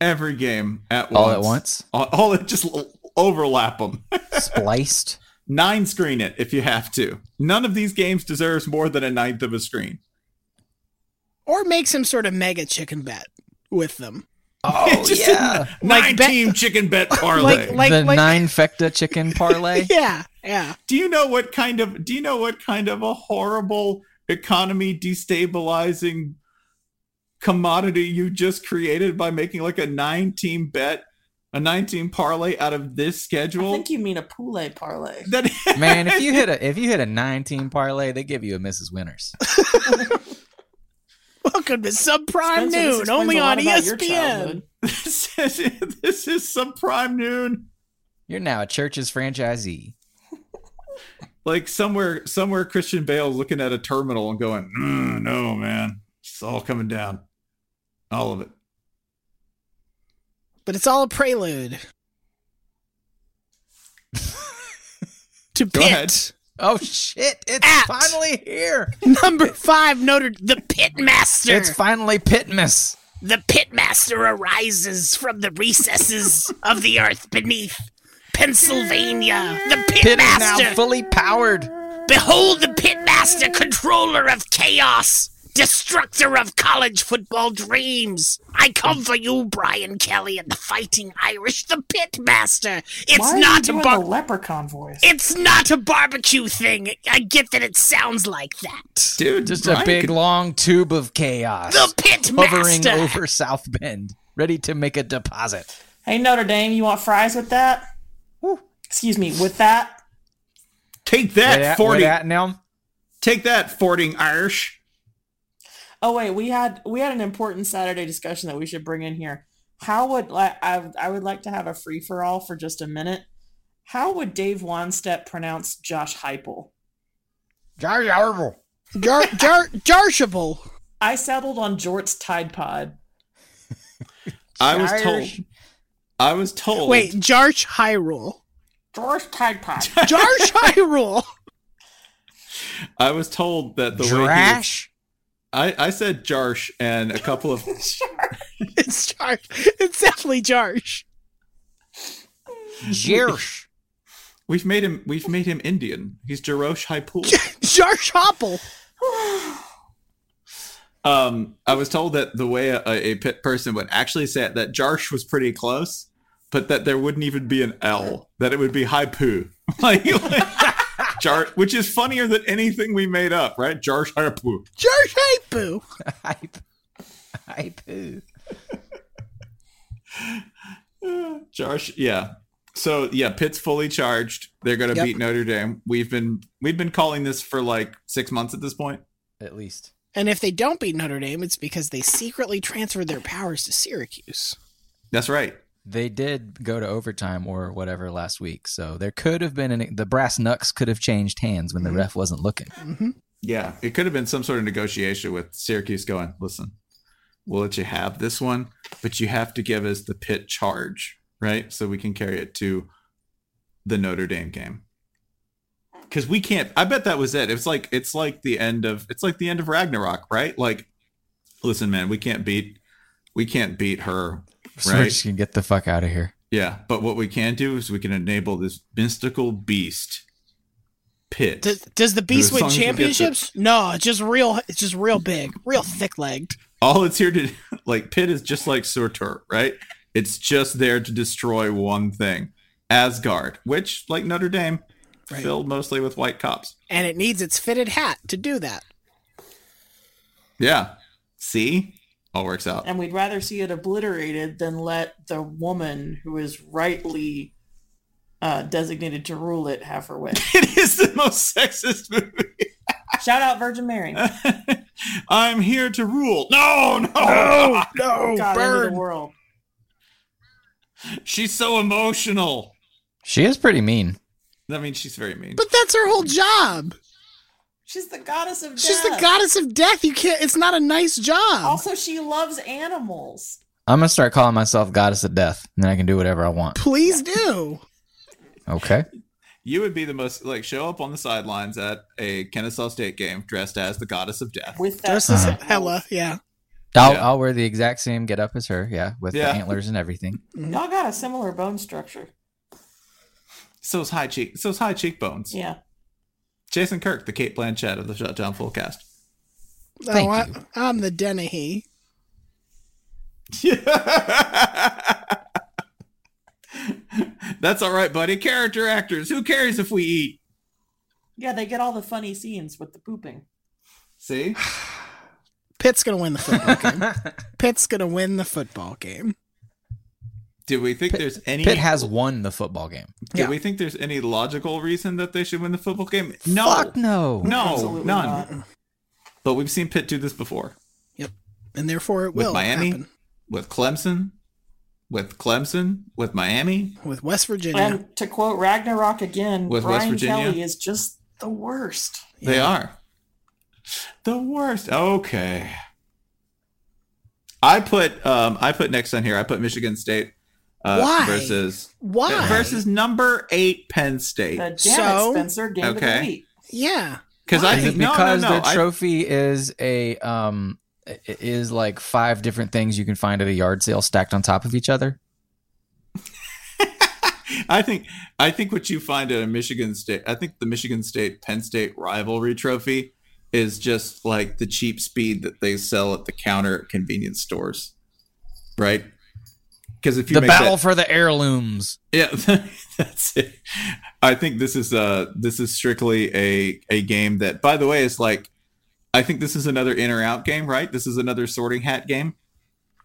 Every game at once.
All at once?
All, all it just l- overlap them.
Spliced.
Nine screen it if you have to. None of these games deserves more than a ninth of a screen.
or make some sort of mega chicken bet with them.
Oh yeah, nine team chicken bet parlay.
the nine fecta chicken parlay.
yeah, yeah.
Do you know what kind of? Do you know what kind of a horrible economy destabilizing commodity you just created by making like a nine team bet, a nine team parlay out of this schedule?
I think you mean a poulet parlay.
That-
Man, if you hit a if you hit a nine team parlay, they give you a Mrs. Winners.
Welcome to subprime
Spencer, this
noon,
explains
only
a lot
on E
about your
ESPN.
childhood.
this is this is some prime noon.
You're now a church's franchisee.
Like somewhere, somewhere, Christian Bale's looking at a terminal and going, "Mm, "No, man, it's all coming down, all of it."
But it's all a prelude to
Go ahead.
pit
Oh shit! It's finally here.
number five. Notre the pit master.
It's finally Pitmas.
The pitmaster arises from the recesses of the earth beneath Pennsylvania. The
Pit is now
pitmaster.
fully powered.
Behold the pitmaster, controller of chaos, destructor of college football dreams. I come for you, Brian Kelly and the Fighting Irish. The pitmaster. It's
Why are you
not a
doing
bar-
the leprechaun voice.
It's not a barbecue thing. I get that it sounds like that.
Dude,
Just a
Brian
big
could-
long tube of chaos.
The pit
Uh, hovering
master.
over South Bend, ready to make a deposit.
Hey Notre Dame, you want fries with that? Excuse me, with that?
take that,
Where at- where
forty.
at now?
Take that, fording Irish.
Oh wait, we had we had an important Saturday discussion that we should bring in here. How would like I I would like to have a free for all for just a minute. How would Dave Wanstep pronounce Josh Heupel?
Jar Jarvel.
Jar, jar, jarshable.
I settled on Jort's Tide Pod.
I was told.
Irish.
I was told.
Wait, Jarsh Hyrule.
Jort's Tide Pod.
Jarsh Hyrule.
I was told that the way he was-
Drash.
I I said Jarsh and a couple of
It's Jarsh. It's definitely Jarsh.
Jersh.
we've made him we've made him Indian. He's Jarosh Haipul.
Jarsh Hopple.
Um, I was told that the way a, a pit person would actually say it, that Jarsh was pretty close, but that there wouldn't even be an L. That it would be Haipu. like, like Jar, which is funnier than anything we made up, right? Jarsh Haipu.
Jarsh Hypu.
Hype. Hype.
Josh, yeah. So yeah, Pitt's fully charged. They're gonna
Yep.
beat Notre Dame. We've been we've been calling this for like six months at this point.
At least.
And if they don't beat Notre Dame, it's because they secretly transferred their powers to Syracuse.
That's right.
They did go to overtime or whatever last week, so there could have been an, the brass knucks could have changed hands when the ref wasn't looking.
Yeah. It could have been some sort of negotiation with Syracuse going, listen, we'll let you have this one, but you have to give us the Pitt charge, right? So we can carry it to the Notre Dame game. Cause we can't I bet that was it. It's like it's like the end of it's like the end of Ragnarok, right? Like, listen, man, we can't beat we can't beat her.
So
right?
we're just gonna get the fuck out of here.
Yeah, but what we can do is we can enable this mystical beast pit.
Does, does the Beast
as
win
long as we get the-
championships? No, it's just real. It's just real big, real thick-legged.
All it's here to like pit is just like Surtur, right? It's just there to destroy one thing, Asgard, which like Notre Dame,
Right.
filled mostly with white cops.
And it needs its fitted hat to do that.
Yeah, see, all works out.
and we'd rather see it obliterated than let the woman who is rightly uh, designated to rule it have her way.
It is the most sexist movie.
Shout out Virgin Mary.
I'm here to rule. No, no,
no,
God, end of the world.
She's so emotional.
She is pretty mean.
I mean, she's very mean.
But that's her whole job.
She's the goddess of
She's
death.
the goddess of death. You can't. It's not a nice job.
Also, she loves animals.
I'm gonna start calling myself Goddess of Death, and then I can do whatever I want.
Please do.
Okay.
You would be the most like show up on the sidelines at a Kennesaw State game dressed as the goddess of death.
With
Just as Hella, yeah.
I'll, I'll wear the exact same get up as her, yeah, with
Yeah.
the antlers and everything.
Mm-hmm.
Y'all got a similar bone structure.
So's high cheek. So's high cheekbones.
Yeah.
Jason Kirk, the Kate Blanchett of the Shutdown Full Cast.
oh, I, I'm the Dennehy.
That's all right, buddy. Character actors. Who cares if we eat?
Yeah, they get all the funny scenes with the pooping.
See?
Pitt's gonna win the football game. Pitt's gonna win the football game.
Do we think there's any?
Pitt has won the football game.
Do we think there's any logical reason that they should win the football game? No,
Fuck no.
no,
Absolutely
none. But we've seen Pitt do this before
Yep. And therefore it
with
will
Miami,
happen.
with Clemson, with Clemson, with Miami.
with West Virginia.
And to quote Ragnarok again,
With West
Brian
Virginia?
Kelly is just the worst.
They are the worst. Okay. I put um I put next on here. I put Michigan State uh,
Why?
versus
Why?
versus number eight Penn State.
The damn
So-
it, Spencer game of
Okay.
the week.
yeah.
Because I
Is
think
it
no, no,
because
no.
the
I-
trophy is a um i- is like five different things you can find at a yard sale stacked on top of each other?
I think I think what you find at a Michigan State, I think the Michigan State Penn State rivalry trophy is just like the cheap speed that they sell at the counter at convenience stores, right? Because if you
The
make
battle
that,
for the heirlooms.
yeah, that's it. I think this is uh this is strictly a a game that, by the way, is like I think this is another in or out game, right? This is another sorting hat game.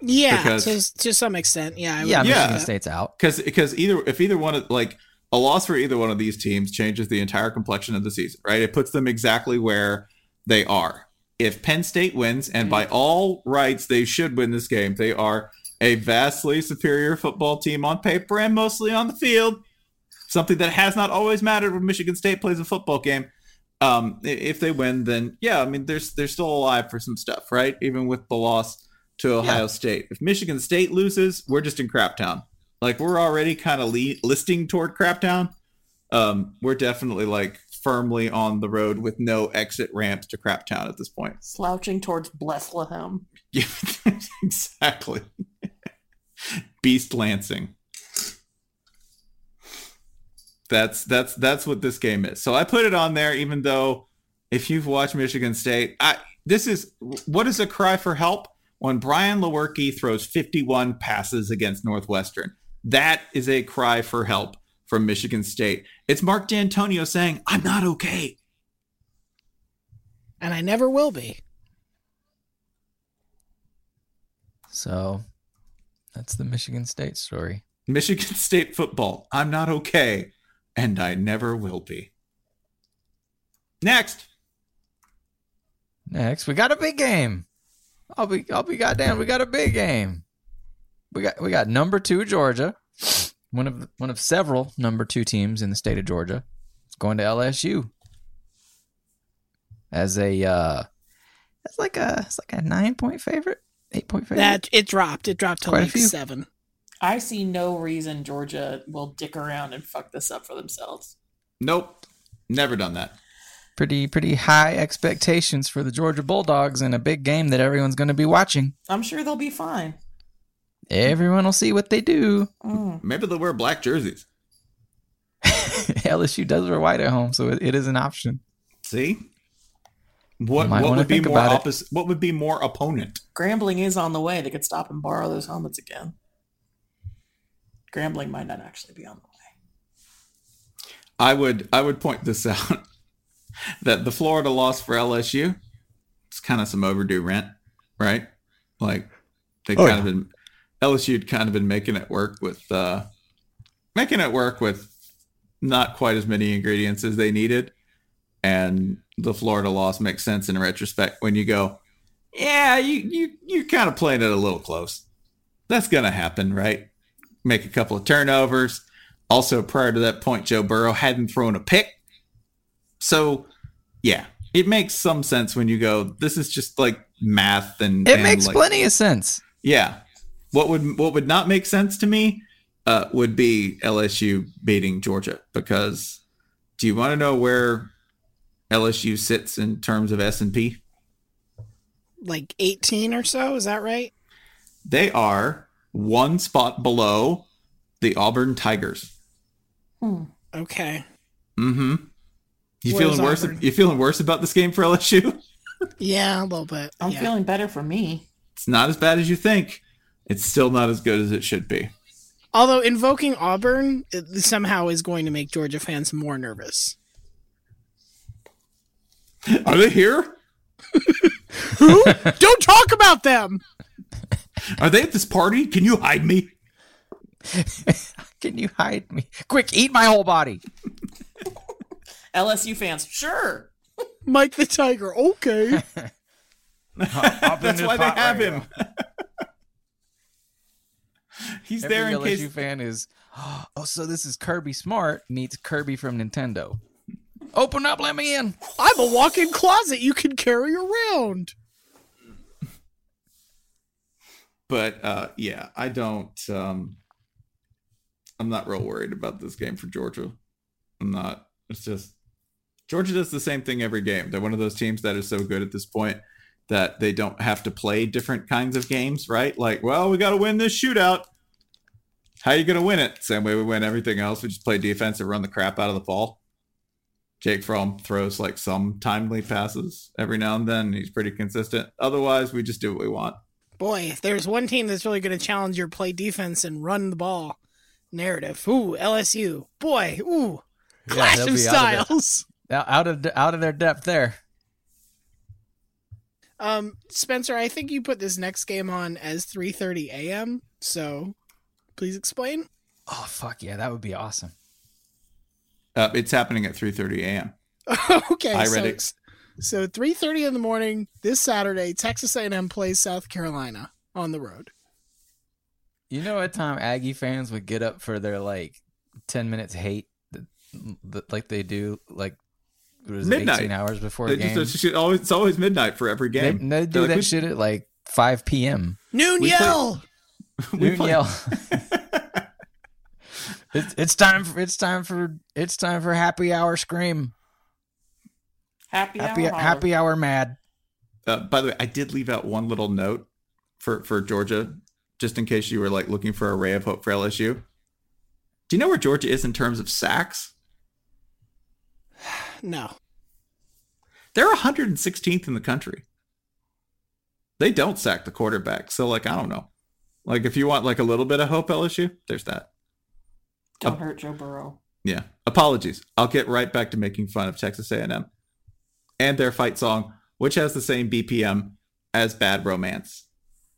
Yeah.
Because-
to, to some extent. Yeah. I would
Yeah,
agree
Yeah.
Michigan
with that.
State's out.
because because either if either one of like a loss for either one of these teams changes the entire complexion of the season, right? It puts them exactly where they are. If Penn State wins, and by all rights they should win this game, they are a vastly superior football team on paper and mostly on the field. Something that has not always mattered when Michigan State plays a football game. Um, i- if they win, then yeah, I mean, they're they're still alive for some stuff, right? Even with the loss to Ohio State. If Michigan State loses, we're just in crap town. Like we're already kind of le- listing toward crap town. Um, we're definitely like firmly on the road with no exit ramps to crap town at this point.
Slouching towards Bethlehem.
Yeah, exactly. Beast Lansing. That's that's that's what this game is. So I put it on there, even though if you've watched Michigan State, I this is what is a cry for help when Brian Lewerke throws 51 passes against Northwestern. That is a cry for help from Michigan State. It's Mark D'Antonio saying, "I'm not okay."
And I never will be.
So that's the Michigan State story.
Michigan State football. I'm not okay, and I never will be. Next,
Next, we got a big game. I'll be I'll be goddamn, we got a big game. We got we got number 2 Georgia. One of one of several number 2 teams in the state of Georgia. It's going to LSU. As a uh that's like a it's like a 9 point favorite, 8 point favorite.
That it dropped. It dropped to
Quite a
like
few.
seven.
I see no reason Georgia will dick around and fuck this up for themselves.
nope, never done that.
pretty pretty high expectations for the Georgia Bulldogs in a big game that everyone's going to be watching.
I'm sure they'll be fine.
Everyone will see what they do.
Mm.
Maybe they'll wear black jerseys.
LSU does wear white at home, so it, it is an option.
See, what
Might
what
wanna
would be
think
more
about it.
opposite? What would be more opponent?
Grambling is on the way. They could stop and borrow those helmets again. Grambling might not actually be on the way.
I would I would point this out that the Florida loss for LSU, it's kind of some overdue rent, right? Like they
Oh,
kind of been LSU had kind of been making it work with uh making it work with not quite as many ingredients as they needed. And the Florida loss makes sense in retrospect when you go, Yeah, you you you're kind of playing it a little close. That's gonna happen, right? Make a couple of turnovers. Also, prior to that point, Joe Burrow hadn't thrown a pick. So, yeah, it makes some sense when you go. This is just like math and
It
and,
makes
like-
plenty of sense.
Yeah. What would what would not make sense to me uh, would be LSU beating Georgia because do you want to know where LSU sits in terms of S and P?
Like 18 or so, is that right?
They are one spot below the Auburn Tigers.
Okay.
Mm-hmm. You
Where's
feeling worse?
Auburn?
You feeling worse about this game for LSU?
Yeah, a little bit.
I'm
Yeah.
feeling better for me.
It's not as bad as you think. It's still not as good as it should be.
Although invoking Auburn it somehow is going to make Georgia fans more nervous.
Are they here?
Who? Don't talk about them.
Are they at this party? Can you hide me?
Can you hide me? Quick, eat my whole body.
LSU fans, sure.
Mike the Tiger. Okay.
That's why they have him. He's
Every
there in
LSU
case.
fan is. Oh, so this is Kirby Smart meets Kirby from Nintendo. Open up, let me in.
I'm a walk-in closet you can carry around.
But uh, yeah, I don't. Um, I'm not real worried about this game for Georgia. I'm not. It's just Georgia does the same thing every game. They're one of those teams that is so good at this point that they don't have to play different kinds of games, right? Like, well, we got to win this shootout. How you going to win it? Same way we win everything else. We just play defense and run the crap out of the ball. Jake Fromm throws like some timely passes every now and then. He's pretty consistent. Otherwise, we just do what we want.
Boy, if there's one team that's really going to challenge your play defense and run the ball narrative. Ooh, LSU. Boy, ooh,
Yeah,
clash
they'll
of
be out of
styles.
Now, Out of out of their depth there.
Um, Spencer, I think you put this next game on as 3:30 a.m. So, please explain.
Oh fuck yeah, that would be awesome.
Uh, it's happening at 3:30 a.m.
okay,
I read
so,
it.
So 3:30 in the morning this Saturday, Texas A&M plays South Carolina on the road.
You know what time Aggie fans would get up for their like ten minutes hate, that- that- like they do like what is it,
Midnight.
eighteen hours before
They
a game.
just- it's just always- it's always midnight for every
they,
game.
they do
They're like,
that
we-
shit at like five p.m.
Noon
We play-
yell.
Noon yell. it's, it's time for it's time for it's time for happy hour scream.
Happy,
Happy
hour.
happy hour mad.
Uh, by the way, I did leave out one little note for for Georgia, just in case you were like looking for a ray of hope for LSU. Do you know where Georgia is in terms of sacks?
No.
They're 116th in the country. They don't sack the quarterback, so like I don't know. Like if you want like a little bit of hope, LSU, there's that.
Don't hurt Joe Burrow.
Yeah. Apologies. I'll get right back to making fun of Texas A&M and their fight song, which has the same BPM as Bad Romance.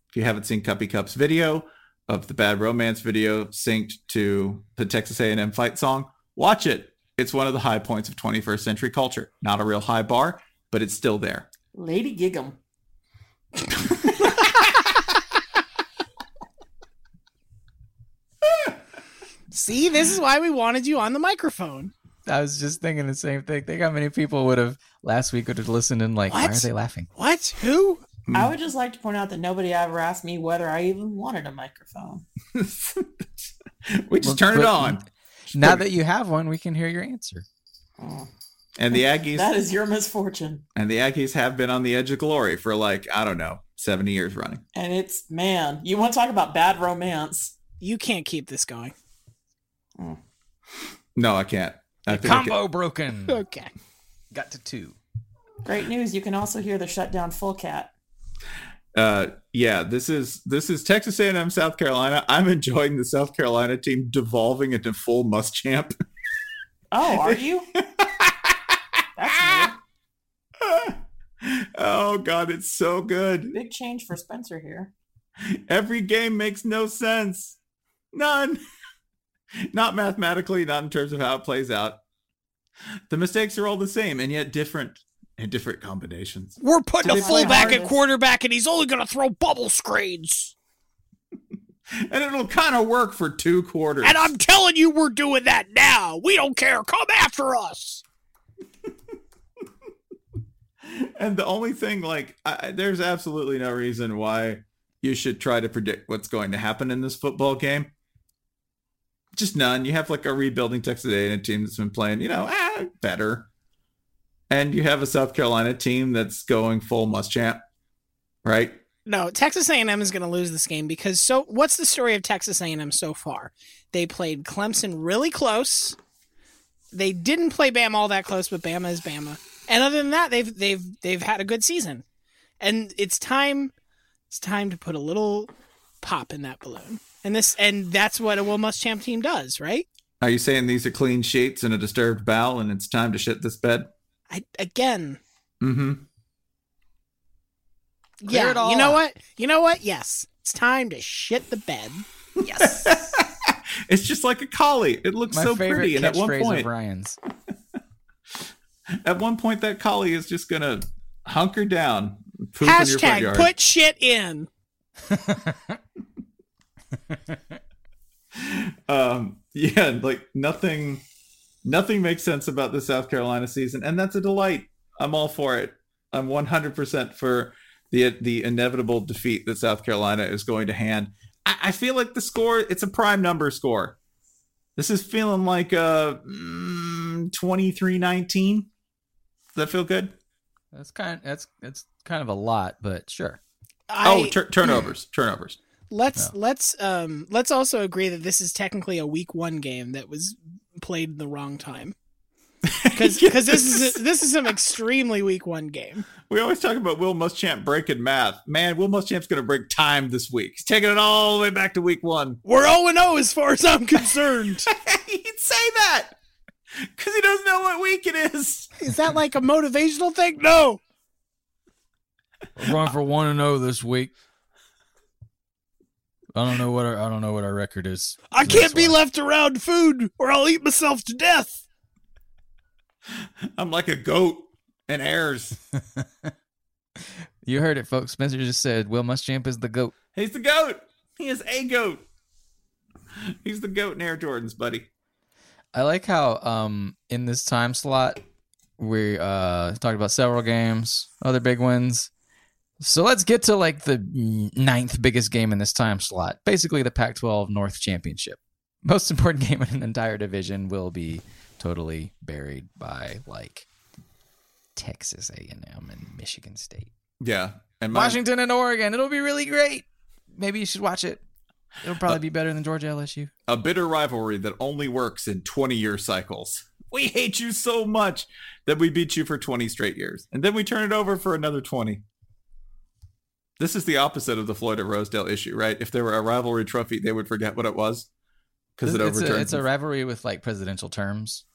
If you haven't seen Cuppy Cup's video of the Bad Romance video synced to the Texas A&M fight song, watch it. It's one of the high points of 21st century culture. Not a real high bar, but it's still there.
Lady Giggum.
See, this is why we wanted you on the microphone.
I was just thinking the same thing. Think how many people would have last week would have listened and like, why are
What?
they laughing?
What? Who?
I would just like to point out that nobody ever asked me whether I even wanted a microphone.
We just
Well,
turn it
but-
on.
Now that you have one, we can hear your answer.
And the Aggies
That is your misfortune.
and the Aggies have been on the edge of glory for like, I don't know, 70 years running.
And it's, man, you want to talk about bad romance.
You can't keep this going.
No, I can't. I think I can-
Combo broken.
Okay.
Got to two.
Great news. You can also hear the shutdown full cat.
uh yeah this is this is texas a&m south carolina i'm enjoying the south carolina team devolving into full must champ
Oh, are you? That's
oh god it's so good
new. Big change for Spencer here.
every game makes no sense none not mathematically not in terms of how it plays out the mistakes are all the same and yet different and different combinations
We're putting
Do
a
they play
fullback at
hardest?
quarterback, and he's only going to throw bubble screens.
and it'll kind of work for two quarters
And I'm telling you, we're doing that now. We don't care. Come after us.
And the only thing, like, I, there's absolutely no reason why you should try to predict what's going to happen in this football game. Just none. You have like a rebuilding Texas A&M team that's been playing, you know, ah, better, and you have a South Carolina team that's going full Muschamp, right?
No, Texas A&M is going to lose this game because so what's the story of Texas A&M so far? They played Clemson really close. They didn't play Bama all that close, but Bama is Bama. And other than that, they've they've they've had a good season. And it's time it's time to put a little pop in that balloon. And this and that's what a Will Muschamp team does, right?
Are you saying these are clean sheets and a disturbed bowel, and it's time to shit this bed?
I again,
Mm-hmm.
Clear
yeah.
it all
you know
up.
what? You know what? Yes. It's time to shit the bed. Yes.
It's just like a collie. It looks
My
so
favorite
pretty, and at one
catchphrase
point,
of Ryan's.
at one point, that collie is just gonna hunker down, poop in your front
Hashtag
yard.
put shit in.
um yeah like nothing nothing makes sense about the south carolina season and that's a delight i'm all for it i'm 100% for the the inevitable defeat that south carolina is going to hand i, I feel like the score it's a prime number score this is feeling like a mm, 23-19 does that feel good
That's kind. That's that's kind of a lot, but sure.
oh tur- turnovers turnovers
Let's let's um let's also agree that this is technically a week one game that was played in the wrong time. Because this is this is an extremely week one game.
we always talk about Will Muschamp breaking math. Man, Will Muschamp's going to break time this week. He's taking it all the way back to week one.
We're 0 0 as far as I'm concerned.
He'd say that because he doesn't know what week it is.
is that like a motivational thing? No.
We're going for one and zero this week. I don't know what our I don't know what our record is.
I can't be left around food or I'll eat myself to death.
I'm like a goat and airs.
You heard it, folks. Spencer just said Will Muschamp is the goat.
He's the goat. He is a goat. He's the goat in Air Jordans, buddy.
I like how um in this time slot we uh talked about several games, other big ones. So let's get to like the ninth biggest game in this time slot, basically the Pac-12 North Championship. Most important game in an entire division will be totally buried by like Texas A&M and Michigan State,
Yeah, and
Washington and Oregon. It'll be really great. Maybe you should watch it. It'll probably be better than Georgia LSU.
a bitter rivalry that only works in 20 year cycles. We hate you so much that we beat you for 20 straight years, and then we turn it over for another 20. This is the opposite of the Floyd at Rosedale issue, right? If there were a rivalry trophy, they would forget what it was because it
It's a-
overturns.
it's a rivalry with like presidential terms.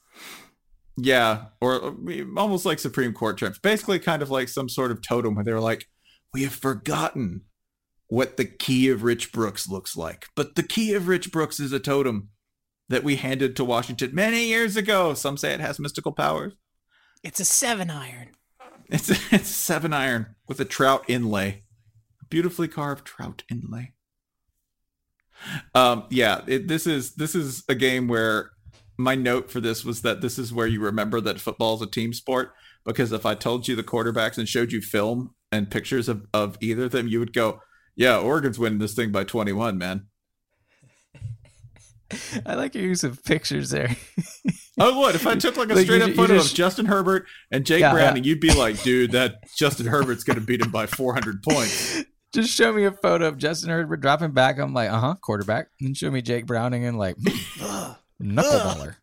Yeah, or uh, we- almost like Supreme Court trips. Basically, kind of like some sort of totem where they were like, we have forgotten what the key of Rich Brooks looks like. But the key of Rich Brooks is a totem that we handed to Washington many years ago. Some say it has mystical powers.
It's a seven iron.
It's, it's a seven iron with a trout inlay, a beautifully carved trout inlay. Um, yeah, it, this is this is a game where my note for this was that this is where you remember that football is a team sport because if I told you the quarterbacks and showed you film and pictures of, of either of them, you would go, "Yeah, Oregon's winning this thing by 21, man."
I like your use of pictures there.
Oh, what if I took like a
Like, you
straight
ju-
up
you
photo
just-
of Justin Herbert and Jake
Yeah,
Brown,
yeah.
and you'd be like, "Dude, that Justin Herbert's going to beat him by 400 points."
Just show me a photo of Justin Herbert dropping back. I'm like, uh huh, quarterback. And show me Jake Browning and like knuckleballer.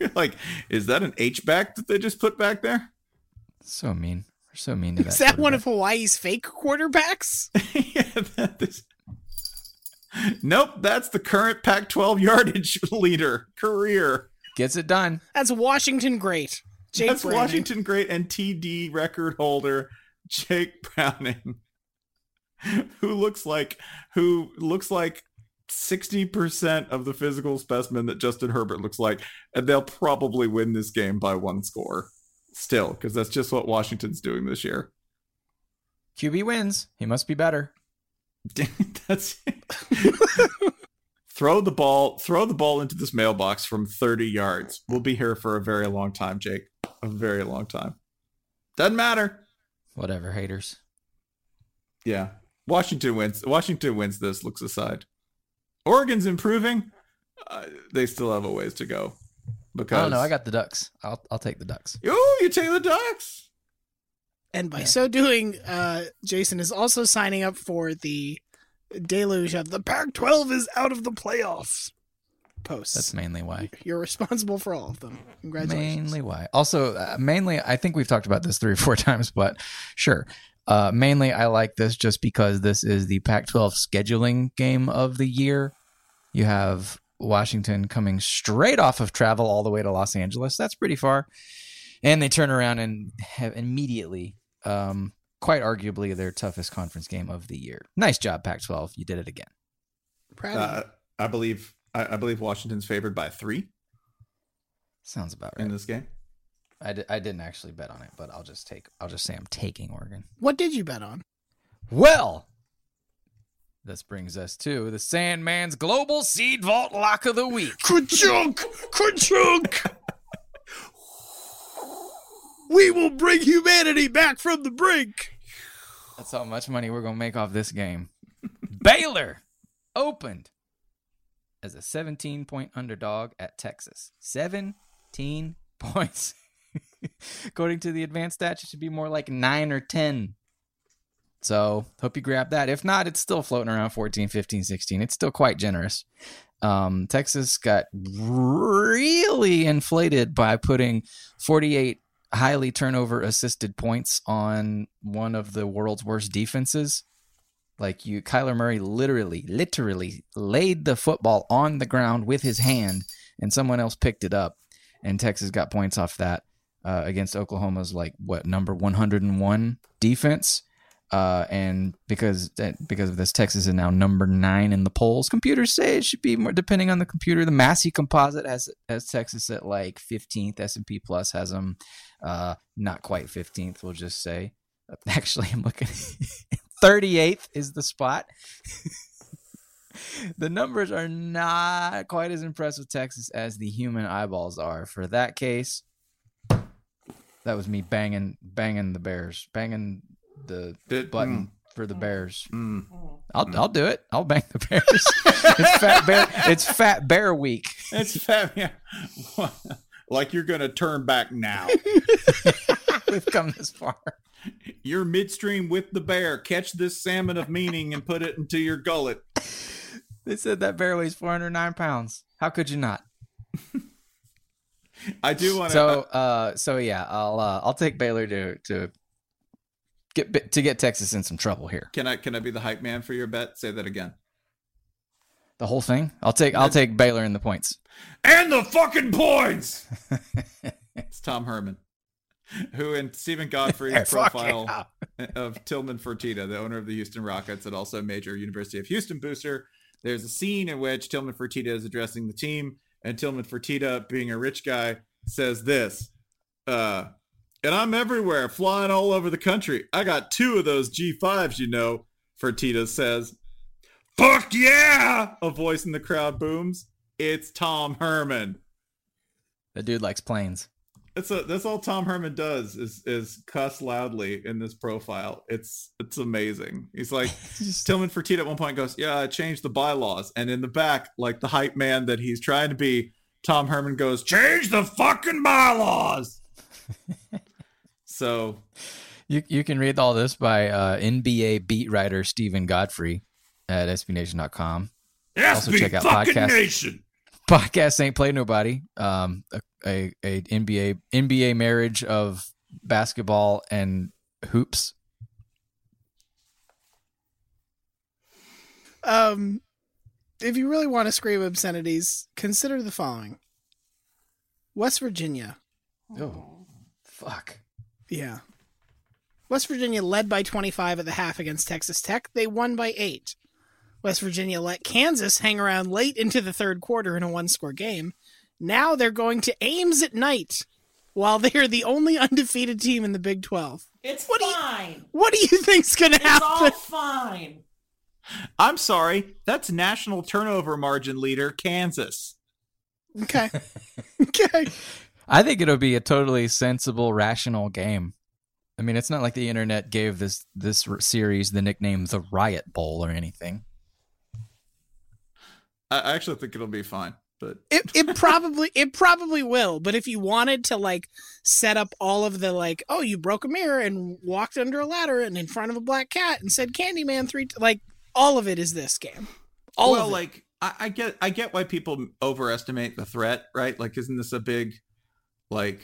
You're like, is that an H back that they just put back there?
So mean. We're so mean to that.
Is that one of Hawaii's fake quarterbacks?
yeah, that is. Nope, that's the current Pac-12 yardage leader career.
quarterback. gets it done.
That's Washington great. Jake
that's
Browning.
Washington great and TD record holder Jake Browning, who looks like who looks like sixty percent of the physical specimen that Justin Herbert looks like, and they'll probably win this game by one score still because that's just what Washington's doing this year.
QB wins. He must be better.
That's throw the ball, throw the ball into this mailbox from 30 yards. We'll be here for a very long time, Jake. A very long time. Doesn't matter.
Whatever, haters.
Yeah. Washington wins. Washington wins this. Looks aside, Oregon's improving. Uh, they still have a ways to go. Because
I don't know. I got the ducks. I'll I'll take the ducks.
Oh, you take the ducks.
And by so doing, uh, Jason is also signing up for the deluge of the Pac 12 is out of the playoffs. Posts.
That's mainly why.
You're responsible for all of them. Congratulations.
Mainly why. Also, uh, mainly I think we've talked about this three or four times, but sure. Uh, mainly I like this just because this is the Pac-12 scheduling game of the year. You have Washington coming straight off of travel all the way to Los Angeles. That's pretty far, and they turn around and have immediately. Um, quite arguably their toughest conference game of the year. Nice job, Pac-12. You did it again.
Proud of
Uh, I believe. I, I believe Washington's favored by three
Sounds about right.
in this game.
I, di- I didn't actually bet on it, but I'll just take. I'll just say I'm taking Oregon.
What did you bet on?
Well, this brings us to the Sandman's Global Seed Vault Lock of the Week.
Ka-chunk! Ka-chunk! we will bring humanity back from the brink!
That's how much money we're gonna make off this game. Baylor opened as a 17 point underdog at Texas. 17 points. According to the advanced stats, it should be more like nine or 10. So hope you grab that. If not, it's still floating around 14, 15, 16. It's still quite generous. Um, Texas got really inflated by putting 48 highly turnover assisted points on one of the world's worst defenses. Like you, Kyler Murray literally, literally laid the football on the ground with his hand, and someone else picked it up, and Texas got points off that uh, against Oklahoma's like what number one hundred and one defense. Uh, and because that, because of this, Texas is now number nine in the polls. Computers say it should be more depending on the computer. The Massey Composite has has Texas at like fifteenth. S and P Plus has them uh, not quite fifteenth. We'll just say. Actually, I'm looking. 38th is the spot. the numbers are not quite as impressed with Texas as the human eyeballs are. For that case, that was me banging banging the Bears, banging the
Did- hmm.
button for the Bears.
Mm.
I'll I'll do it. I'll bang the Bears. it's fat bear. It's fat bear week.
It's fab. Yeah. like you're gonna turn back now.
We've come this far.
You're midstream with the bear. Catch this salmon of meaning and put it into your gullet.
They said that bear weighs 409 pounds. How could you not?
I do want to.
so uh so yeah i'll uh, i'll take baylor to to get to get texas in some trouble here
can I can I be the hype man for your bet? Say that again.
the whole thing i'll take i'll take baylor in the points
And the fucking points. it's Tom Herman, who in Stephen Godfrey's
Fuck
profile of Tillman Fertitta, the owner of the Houston Rockets and also major University of Houston booster, there's a scene in which Tillman Fertitta is addressing the team, and Tillman Fertitta, being a rich guy, says this. Uh, and I'm everywhere, flying all over the country. I got two of those G5s, you know, Fertitta says. Fuck yeah! A voice in the crowd booms. It's Tom Herman.
the dude likes planes
That's a, that's all Tom Herman does is is cuss loudly in this profile. It's it's amazing. He's like Tillman Fertitta at one point goes, "Yeah, I changed the bylaws." And in the back, like the hype man that he's trying to be, Tom Herman goes, "Change the fucking bylaws." so
you you can read all this by uh nba beat writer stephen godfrey at espnation.com also check out podcast
Nation!
podcast ain't play nobody um a, a, a nba nba marriage of basketball and hoops
Um, if you really want to scream obscenities, consider the following West Virginia.
oh fuck
Yeah. West Virginia led by 25 at the half against Texas Tech. They won by eight. West Virginia let Kansas hang around late into the third quarter in a one score game. Now they're going to Ames at night while they are the only undefeated team in the Big 12.
It's fine.
What do you think's going to
It's all
happen?
fine.
I'm sorry, that's national turnover margin leader Kansas.
Okay. okay.
I think it'll be a totally sensible, rational game.
I mean, it's not like the internet gave this this r- series the nickname the Riot Bowl or anything.
I I actually think it'll be fine, but
It it probably it probably will, but if you wanted to like set up all of the like, oh, you broke a mirror and walked under a ladder and in front of a black cat and said Candyman three t-, like all of it is this game. All
well,
of it.
like I, I get, I get why people overestimate the threat, right? Like, isn't this a big, like,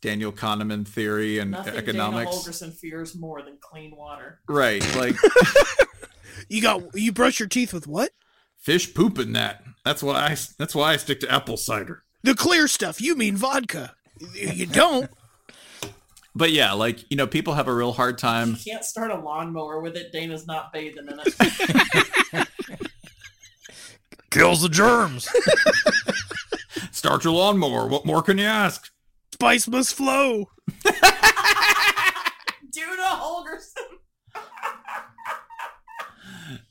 Daniel Kahneman theory and
Nothing
economics?
Dana Holgerson fears more than clean water.
Right, like
you got you brush your teeth with what?
fish poop in that. That's why I. That's why I stick to apple cider.
The clear stuff. You mean vodka. You you don't.
But yeah, like you know, people have a real hard time.
You can't start a lawnmower with it. Dana's not bathing in it.
Kills the germs.
Start your lawnmower. What more can you ask?
Spice must flow.
Dana Holgerson.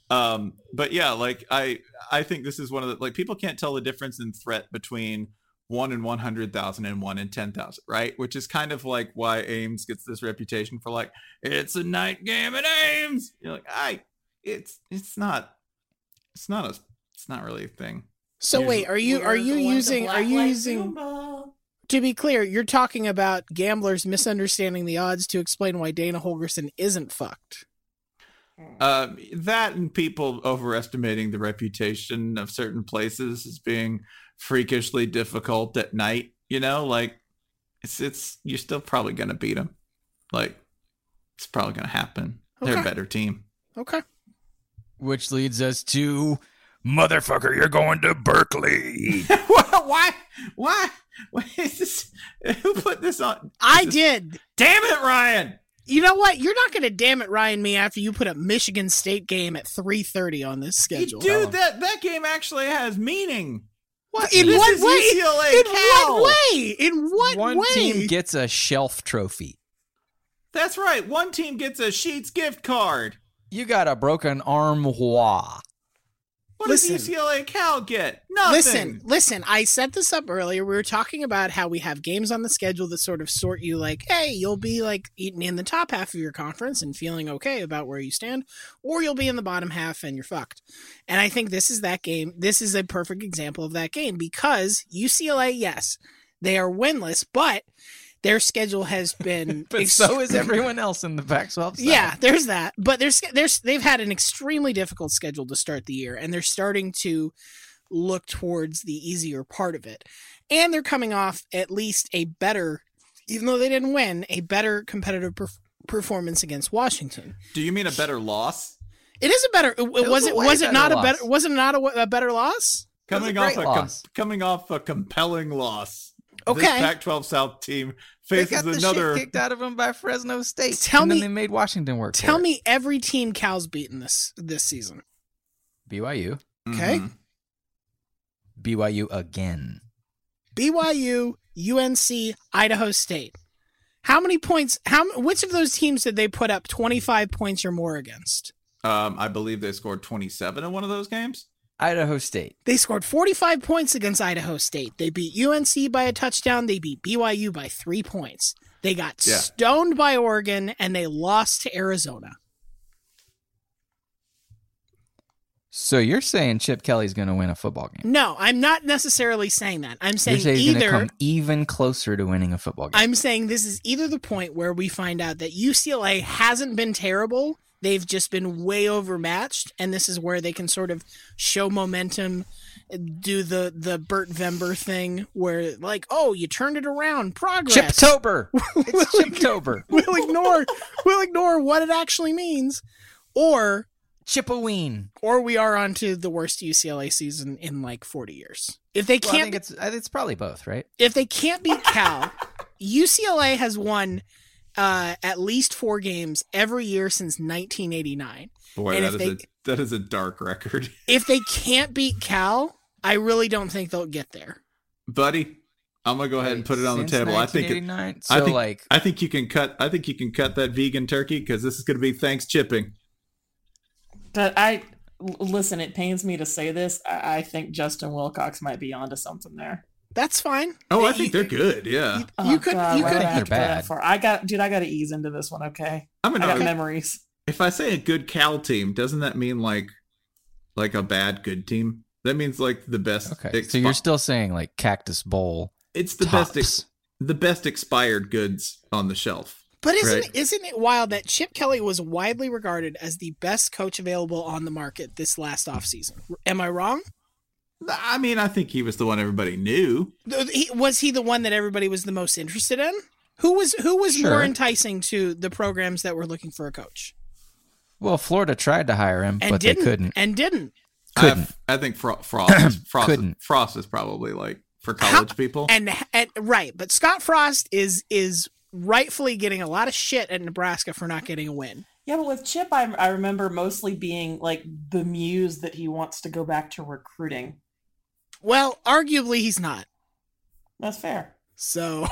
Um, but yeah, like I, I think this is one of the like people can't tell the difference in threat between one in one hundred thousand and one in ten thousand, right? Which is kind of like why Ames gets this reputation for like it's a night game at Ames. You're like, I, it's it's not, it's not a, it's not really a thing.
So wait, are you are you using are you using to be clear, you're talking about gamblers misunderstanding the odds to explain why Dana Holgerson isn't fucked.
Um, that and people overestimating the reputation of certain places as being freakishly difficult at night. You know, like it's it's you're still probably gonna beat them. Like it's probably gonna happen. They're a
Okay.
better team.
Okay.
Which leads us to motherfucker, you're going to Berkeley.
why? Why? Why is this? Who put this on?
I did.
Damn it, Ryan!
You know what? You're not going to damn it Ryan me after you put a Michigan State game at 3:30 on this schedule.
Dude, that that game actually has meaning.
What? In
This
what
is
way?
UCLA
In
Cal.
what way? In what
One
way?
team gets a shelf trophy.
That's right. One team gets a Sheets gift card.
You got a broken armoire.
What
Listen.
does UCLA Cal get? Nothing.
Listen, listen, I set this up earlier. We were talking about how we have games on the schedule that sort of sort you like, hey, you'll be like eating in the top half of your conference and feeling okay about where you stand, or you'll be in the bottom half and you're fucked. And I think this is that game. This is a perfect example of that game because UCLA, yes, they are winless, but their schedule has been
But so is everyone else in the Pac-12. South.
yeah, there's that. But there's there's they've had an extremely difficult schedule to start the year, and they're starting to look towards the easier part of it. And they're coming off at least a better, even though they didn't win, a better competitive perf- performance against Washington.
Do you mean a better loss?
It is a better. It,
was
was,
a
it
way
was it
better
not a
loss.
better was it not a, wa- a better loss?
That was a
Coming off
great
a com-
loss.
coming off a compelling loss. This
Okay.
Pac-12 South team
They
faces
got the
another.
shit kicked out of them by Fresno State.
Tell
and
me-
then they made Washington work.
Tell
for
me every team Cal's beaten this this season.
it. BYU, Mm-hmm.
Okay,
Mhm.
BYU again.
BYU, UNC, Idaho State. How many points? How which of those teams did they put up 25 points or more against?
Um, I believe they scored 27 in one of those games.
Idaho State.
They scored 45 points against Idaho State. They beat UNC by a touchdown. They beat BYU by three points. They got
Yeah.
stoned by Oregon and they lost to Arizona.
So you're saying Chip Kelly's going to win a football game?
No, I'm not necessarily saying that. I'm
You're
saying,
saying he's going to
either.
come even closer to winning a football game.
I'm saying this is either the point where we find out that UCLA hasn't been terrible. They've just been way overmatched, and this is where they can sort of show momentum, do the the Burt Vember thing, where like, oh, you turned it around, progress.
Chiptober. it's Chiptober.
we'll ignore, we'll ignore what it actually means, or
Chipoween.
or we are onto the worst UCLA season in like 40 years. If they
Well, I
can't
think it's I think it's probably both, right?
if they can't beat Cal, UCLA has won uh, at least four games every year since 1989.
Boy,
And
that is
if
a that is a dark record,
If they can't beat Cal, I really don't think they'll get there.
buddy. I'm gonna go ahead and put it on the
Since
table. I think it,
1989?
I
so
think
like
I think you can cut. I think you can cut that vegan turkey because this is gonna be thanks chipping.
But I l- listen. It pains me to say this. I, I think Justin Wilcox might be onto something there. Oh,
That's fine.
Oh, I think they're good. Yeah.
you could- you could-
why did
I
I have
think
to
they're
go that
bad.
far? I got, dude. I got to ease into this one. Okay.
I'm an
I got
okay.
memories.
If I say a good Cal team, doesn't that mean like like a bad good team? That means like the best.
Okay. so you're still saying like Cactus Bowl.
It's the best ex- the best expired goods on the shelf.
But isn't
right?
isn't it wild that Chip Kelly was widely regarded as the best coach available on the market this last offseason? Am I wrong?
I mean, I think he was the one everybody knew.
Th- he- Was he the one that everybody was the most interested in? Who was who was
Sure.
more enticing to the programs that were looking for a coach
Well, Florida tried to hire him,
and
but
didn't
they couldn't.
and didn't
couldn't.
I think Fro- Frost is, Frost, is,
Couldn't.
Frost is probably like for college people.
and and right? But Scott Frost is is rightfully getting a lot of shit at Nebraska for not getting a win.
Yeah, but with Chip, I, I remember mostly being like bemused that he wants to go back to recruiting.
Well, arguably he's not.
That's fair.
So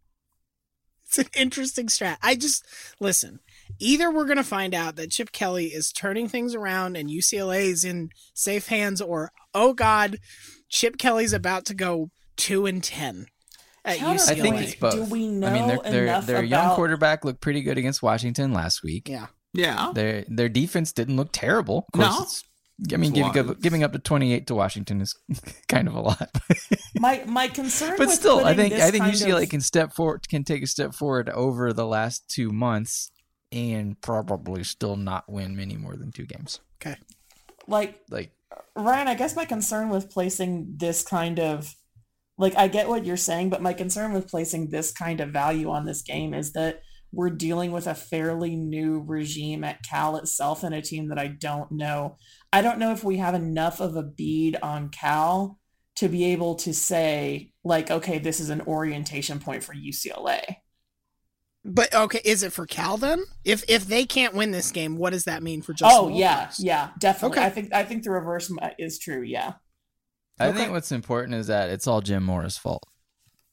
it's an interesting strat. I just listen. Either we're going to find out that Chip Kelly is turning things around and UCLA is in safe hands, or oh god, Chip Kelly's about to go two and ten at
Counter-
UCLA.
I think it's both.
Do we
I mean,
know
their, their,
enough
their young
about-
quarterback looked pretty good against Washington last week.
yeah,
Yeah.
Their their defense didn't look terrible. Of course,
No.
it's- I mean,
It's
giving,
a lot.
up- giving up to 28 to Washington is kind of a lot.
My my concern,
but
with
still, I
putting
think
this
I think
kind
UCLA
of-
can step forward, can take a step forward over the last two months, and probably still not win many more than two games.
Okay.
like
Like
Ryan, I guess my concern with placing this kind of like I get what you're saying, but my concern with placing this kind of value on this game is that we're dealing with a fairly new regime at Cal itself and a team that I don't know. I don't know if we have enough of a bead on Cal to be able to say like okay, this is an orientation point for UCLA.
but okay, is it for Cal then? If if they can't win this game, what does that mean for Justin?
oh yeah,
Williams?
yeah, definitely.
Okay.
I think I think the reverse m- is true, yeah.
I think what's important is that it's all Jim Morris' fault.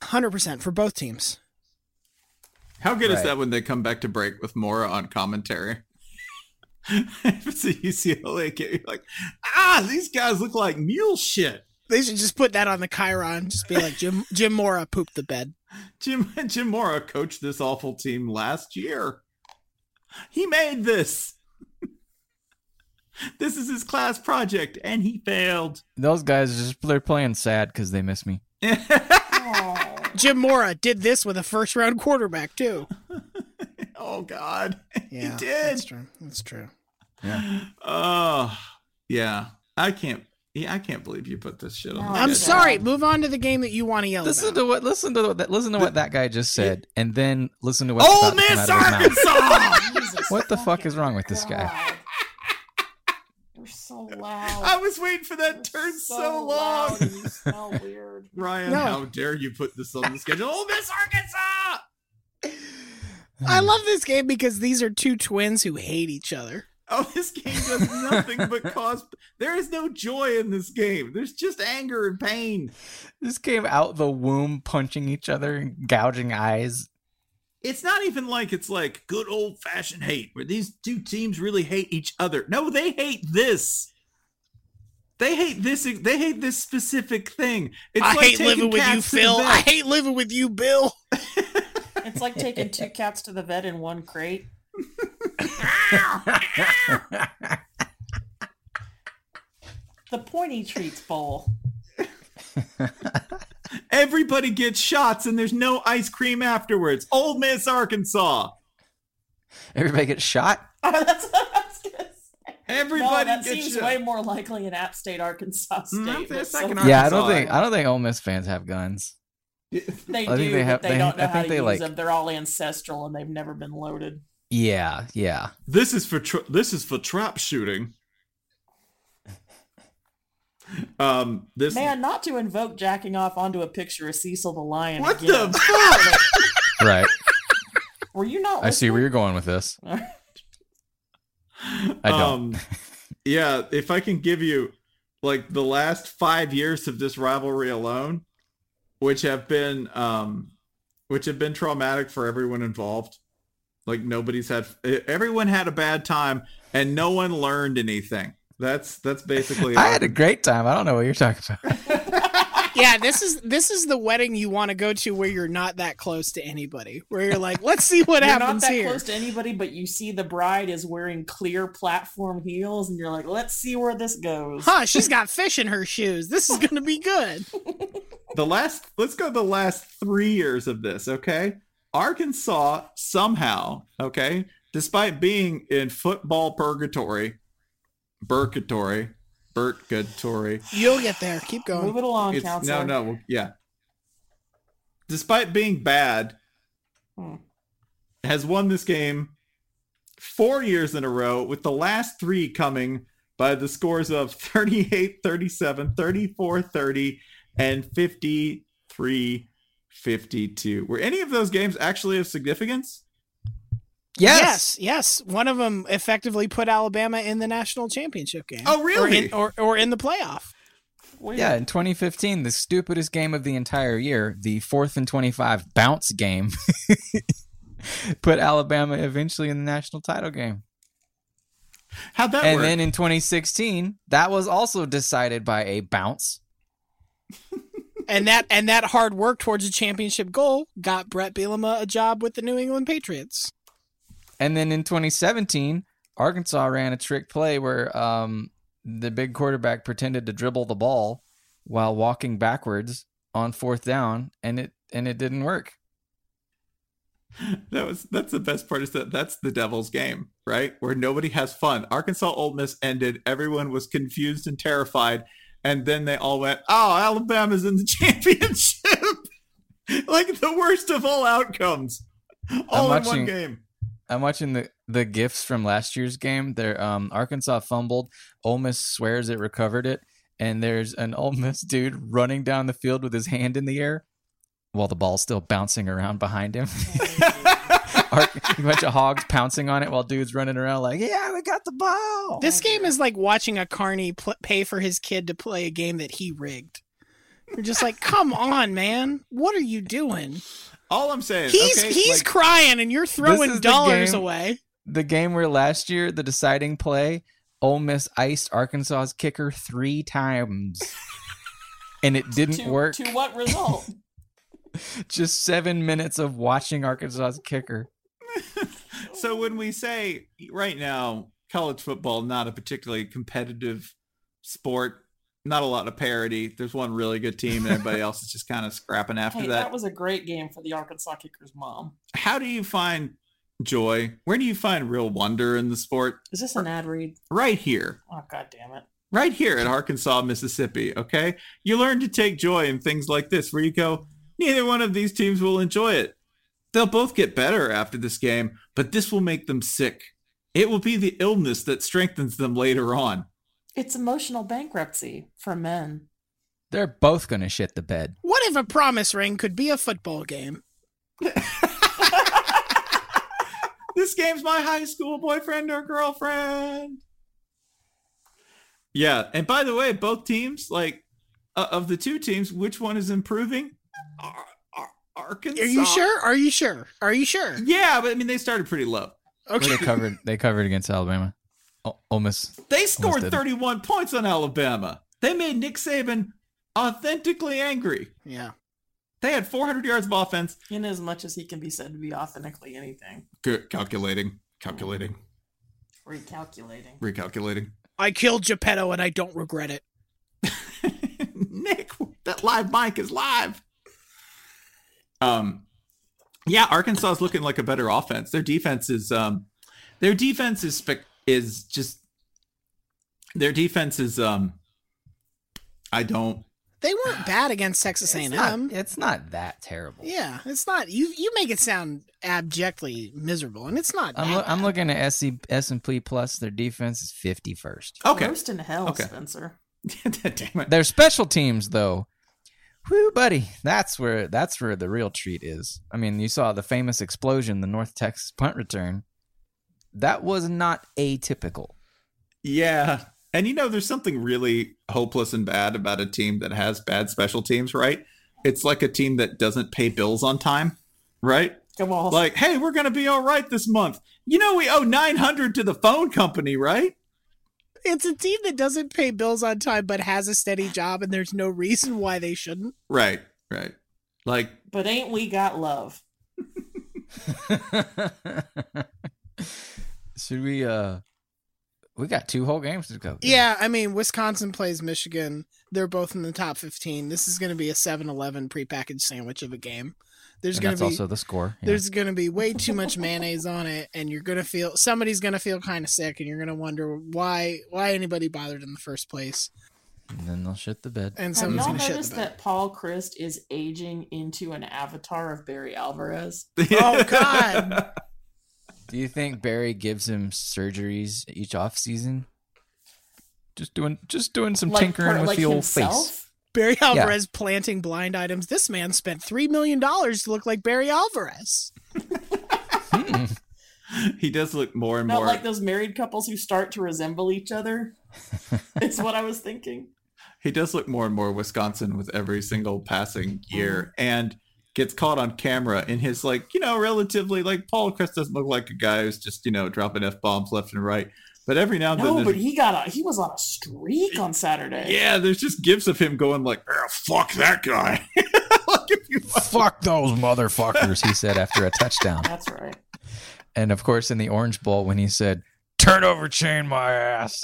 hundred percent for both teams.
How good is
Right.
that when they come back to break with Mora on commentary? if it's a UCLA game, you're like, ah, these guys look like mule shit.
They should just put that on the Chiron. Just be like Jim Jim Mora pooped the bed.
Jim Jim Mora coached this awful team last year. He made this. this is his class project, and he failed.
Those guys are just they're playing sad because they miss me.
Jim Mora did this with a first round quarterback too.
Oh God,
Yeah,
he
that's
did.
true. That's true.
Oh, yeah. I can't. Yeah, I can't believe you put this shit on. the
I'm
schedule.
sorry. Move on to the game that you want to yell
Listen
about.
to what listen to what that listen to what that guy just said, and then listen to what
Ole Miss, Arkansas.
What the fuck is wrong with this guy?
You're so loud.
I was waiting for that turn so, long.
loud and you smell weird.
Ryan,
No.
how dare you put this on the schedule? Ole Miss, Arkansas.
I love this game because these are two twins who hate each other.
Oh, this game does nothing but cause. There is no joy in this game. There's just anger and pain.
This came out the womb punching each other, and gouging eyes.
It's not even like it's like good old fashioned hate where these two teams really hate each other. No, they hate this. They hate this. They hate this specific thing. It's
I
like
hate
taking
living with you,
cats to the
Phil.
vet.
I hate living with you, Bill.
It's like taking two cats to the vet in one crate. the pointy treats bowl.
Everybody gets shots, and there's no ice cream afterwards. Old Miss, Arkansas.
Everybody gets shot.
That's what I was gonna say. no,
Everybody
that
gets
seems
shot.
way more likely in App State, Arkansas State.
Mm, I'm
but
just thinking
so-
Yeah, I don't
Arkansas.
think I don't think Ole Miss fans have guns.
they
I
do,
think they have-
but they,
they-
don't know
I
how
think
to
they,
use
like-
them. They're all ancestral and they've never been loaded.
Yeah, yeah.
This is for tra- this is for trap shooting. Um, this
Man, not to invoke jacking off onto a picture of Cecil the Lion.
What
again.
the fuck?
Right.
Were you not?
I see where you're going with this.
listening?
I don't.
Um, yeah, if I can give you like the last five years of this rivalry alone, which have been um, which have been traumatic for everyone involved. Like nobody's had e-, everyone had a bad time, and no one learned anything. That's that's basically.
I
all.
had a great time. I don't know what you're talking about.
yeah, this is this is the wedding you want to go to where you're not that close to anybody. Where you're like, let's see what
you're
happens
not that
here.
close to anybody, but you see the bride is wearing clear platform heels, and you're like, let's see where this goes.
Huh, she's got fish in her shoes. This is gonna be good.
the last let's go the last three years of this okay arkansas somehow okay despite being in football purgatory purgatory purgatory
You'll get there. Keep going.
Move it along,
it's,
counselor.
no no well, yeah despite being bad
Hmm.
has won this game four years in a row with the last three coming by the scores of 38 37 34 30 and 53 52 were any of those games actually of significance
Yes. yes, One of them effectively put Alabama in the national championship game.
Oh,
Or in, or, or in the playoff.
Yeah, in 2015, the stupidest game of the entire year, the fourth and 25 bounce game, put Alabama eventually in the national title game.
How'd that
and
work?
then in 2016, that was also decided by a bounce.
And that and that hard work towards a championship goal got Brett Bielema a job with the New England Patriots.
And then in 2017, Arkansas ran a trick play where um, the big quarterback pretended to dribble the ball while walking backwards on fourth down, and it and it didn't work.
that was that's the best part is that that's the devil's game right where nobody has fun arkansas old miss ended everyone was confused and terrified and then they all went oh alabama's in the championship like the worst of all outcomes all in one game
I'm watching the the gifs from last year's game. There, um, Arkansas fumbled. Ole Miss swears it recovered it, and there's an Ole Miss dude running down the field with his hand in the air, while the ball's still bouncing around behind him. Ar- a bunch of hogs pouncing on it while dudes running around like, yeah, we got the ball.
This game is like watching a carny pl- pay for his kid to play a game that he rigged. You're just like, come on, man. What are you doing?
all i'm saying
He's
okay,
he's
like-
crying and you're
is
throwing
the
dollars
game-
away.
the game where last year the deciding play, Ole Miss iced Arkansas's kicker three times, and it didn't
to,
work.
To what result?
Just seven minutes of watching Arkansas's kicker.
so when we say right now college football not a particularly competitive sport not a lot of parity there's one really good team and everybody else is just kind of scrapping after
hey, that.
that
was a great game for the Arkansas kicker's mom.
how do you find joy? Where do you find real wonder in the sport?
Is this an ad read?
Right here.
Oh god damn it.
Right here in Arkansas, Mississippi, okay? You learn to take joy in things like this where you go, neither one of these teams will enjoy it. They'll both get better after this game, but this will make them sick. It will be the illness that strengthens them later on.
It's emotional bankruptcy for men.
They're both gonna shit the bed.
What if a promise ring could be a football game?
This game's my high school boyfriend or girlfriend. Yeah, and by the way, both teams, like uh, of the two teams, which one is improving? Ar- Ar- Arkansas.
Are you sure? Are you sure? Are you sure?
Yeah, but I mean they started pretty low.
Well, They covered. They covered against Alabama. O- Ole Miss.
They scored
didn't.
31 points on Alabama. They made Nick Saban authentically angry.
Yeah.
They had 400 yards of offense.
In as much as he can be said to be authentically anything.
Good calculating, calculating,
Recalculating.
recalculating.
I killed Geppetto and I don't regret it.
Nick, that live mic is live. Um, yeah, Arkansas is looking like a better offense. Their defense is um, their defense is spec- is just their defense is um, I don't
They weren't bad against Texas
It's
A&M.
not, it's not that terrible.
Yeah, it's not. You you make it sound abjectly miserable, and it's not.
I'm,
that
lo- I'm looking at E, SC, S&P plus. Their defense is 51st.
okay.
Roast in hell,
Okay.
Spencer.
Damn it.
Their special teams though. Whew, buddy, that's where that's where the real treat is. I mean, you saw the famous explosion, the North Texas punt return. That was not atypical.
Yeah. And you know, there's something really hopeless and bad about a team that has bad special teams, right? It's like a team that doesn't pay bills on time, right?
Come on.
Like, hey, we're going to be all right this month. You know, we owe 900 to the phone company, right?
It's a team that doesn't pay bills on time but has a steady job, and there's no reason why they shouldn't.
Right, right. Like
But ain't we got love?
Should we? uh We got two whole games to go.
Yeah, I mean, Wisconsin plays Michigan. They're both in the top 15. This is going to be a 7 Eleven prepackaged sandwich of a game. There's
And
going to
that's
be
also the score, yeah.
There's going to be way too much mayonnaise on it, and you're going to feel somebody's going to feel kind of sick, and you're going to wonder why why anybody bothered in the first place.
And then they'll shit the bed.
And
Have
someone's
y'all
going to shit the
noticed
bed.
that Paul Christ is aging into an avatar of Barry Alvarez?
oh God!
Do you think Barry gives him surgeries each off season? Just doing, just doing some tinkering with the old face.
Barry
Yeah.
Alvarez planting blind items. This man spent three million dollars to look like Barry Alvarez.
he does look more and
Not
more.
like those married couples who start to resemble each other. it's what I was thinking.
he does look more and more Wisconsin with every single passing
Mm-hmm.
year, and gets caught on camera in his like you know relatively like Paul Chris doesn't look like a guy who's just you know dropping f bombs left and right. But every now and then,
No,
there's-
but he got a he was on a streak on Saturday.
yeah, there's just gifs of him going like, "Ah, "Fuck that guy."
Fuck those motherfuckers, he said after a touchdown.
That's right.
And of course, in the Orange Bowl, when he said, "Turnover chain my ass,"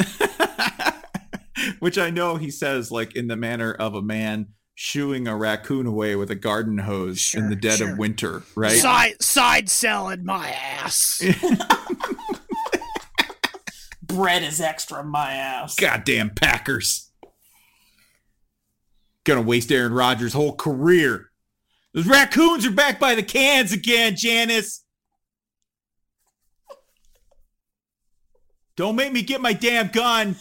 which I know he says like in the manner of a man shooing a raccoon away with a garden hose in the dead
sure.
of winter, right?
Side side selling my ass.
Bread is extra, my ass.
Goddamn Packers. Gonna waste Aaron Rodgers' whole career. Those raccoons are back by the cans again, Janice. Don't make me get my damn gun.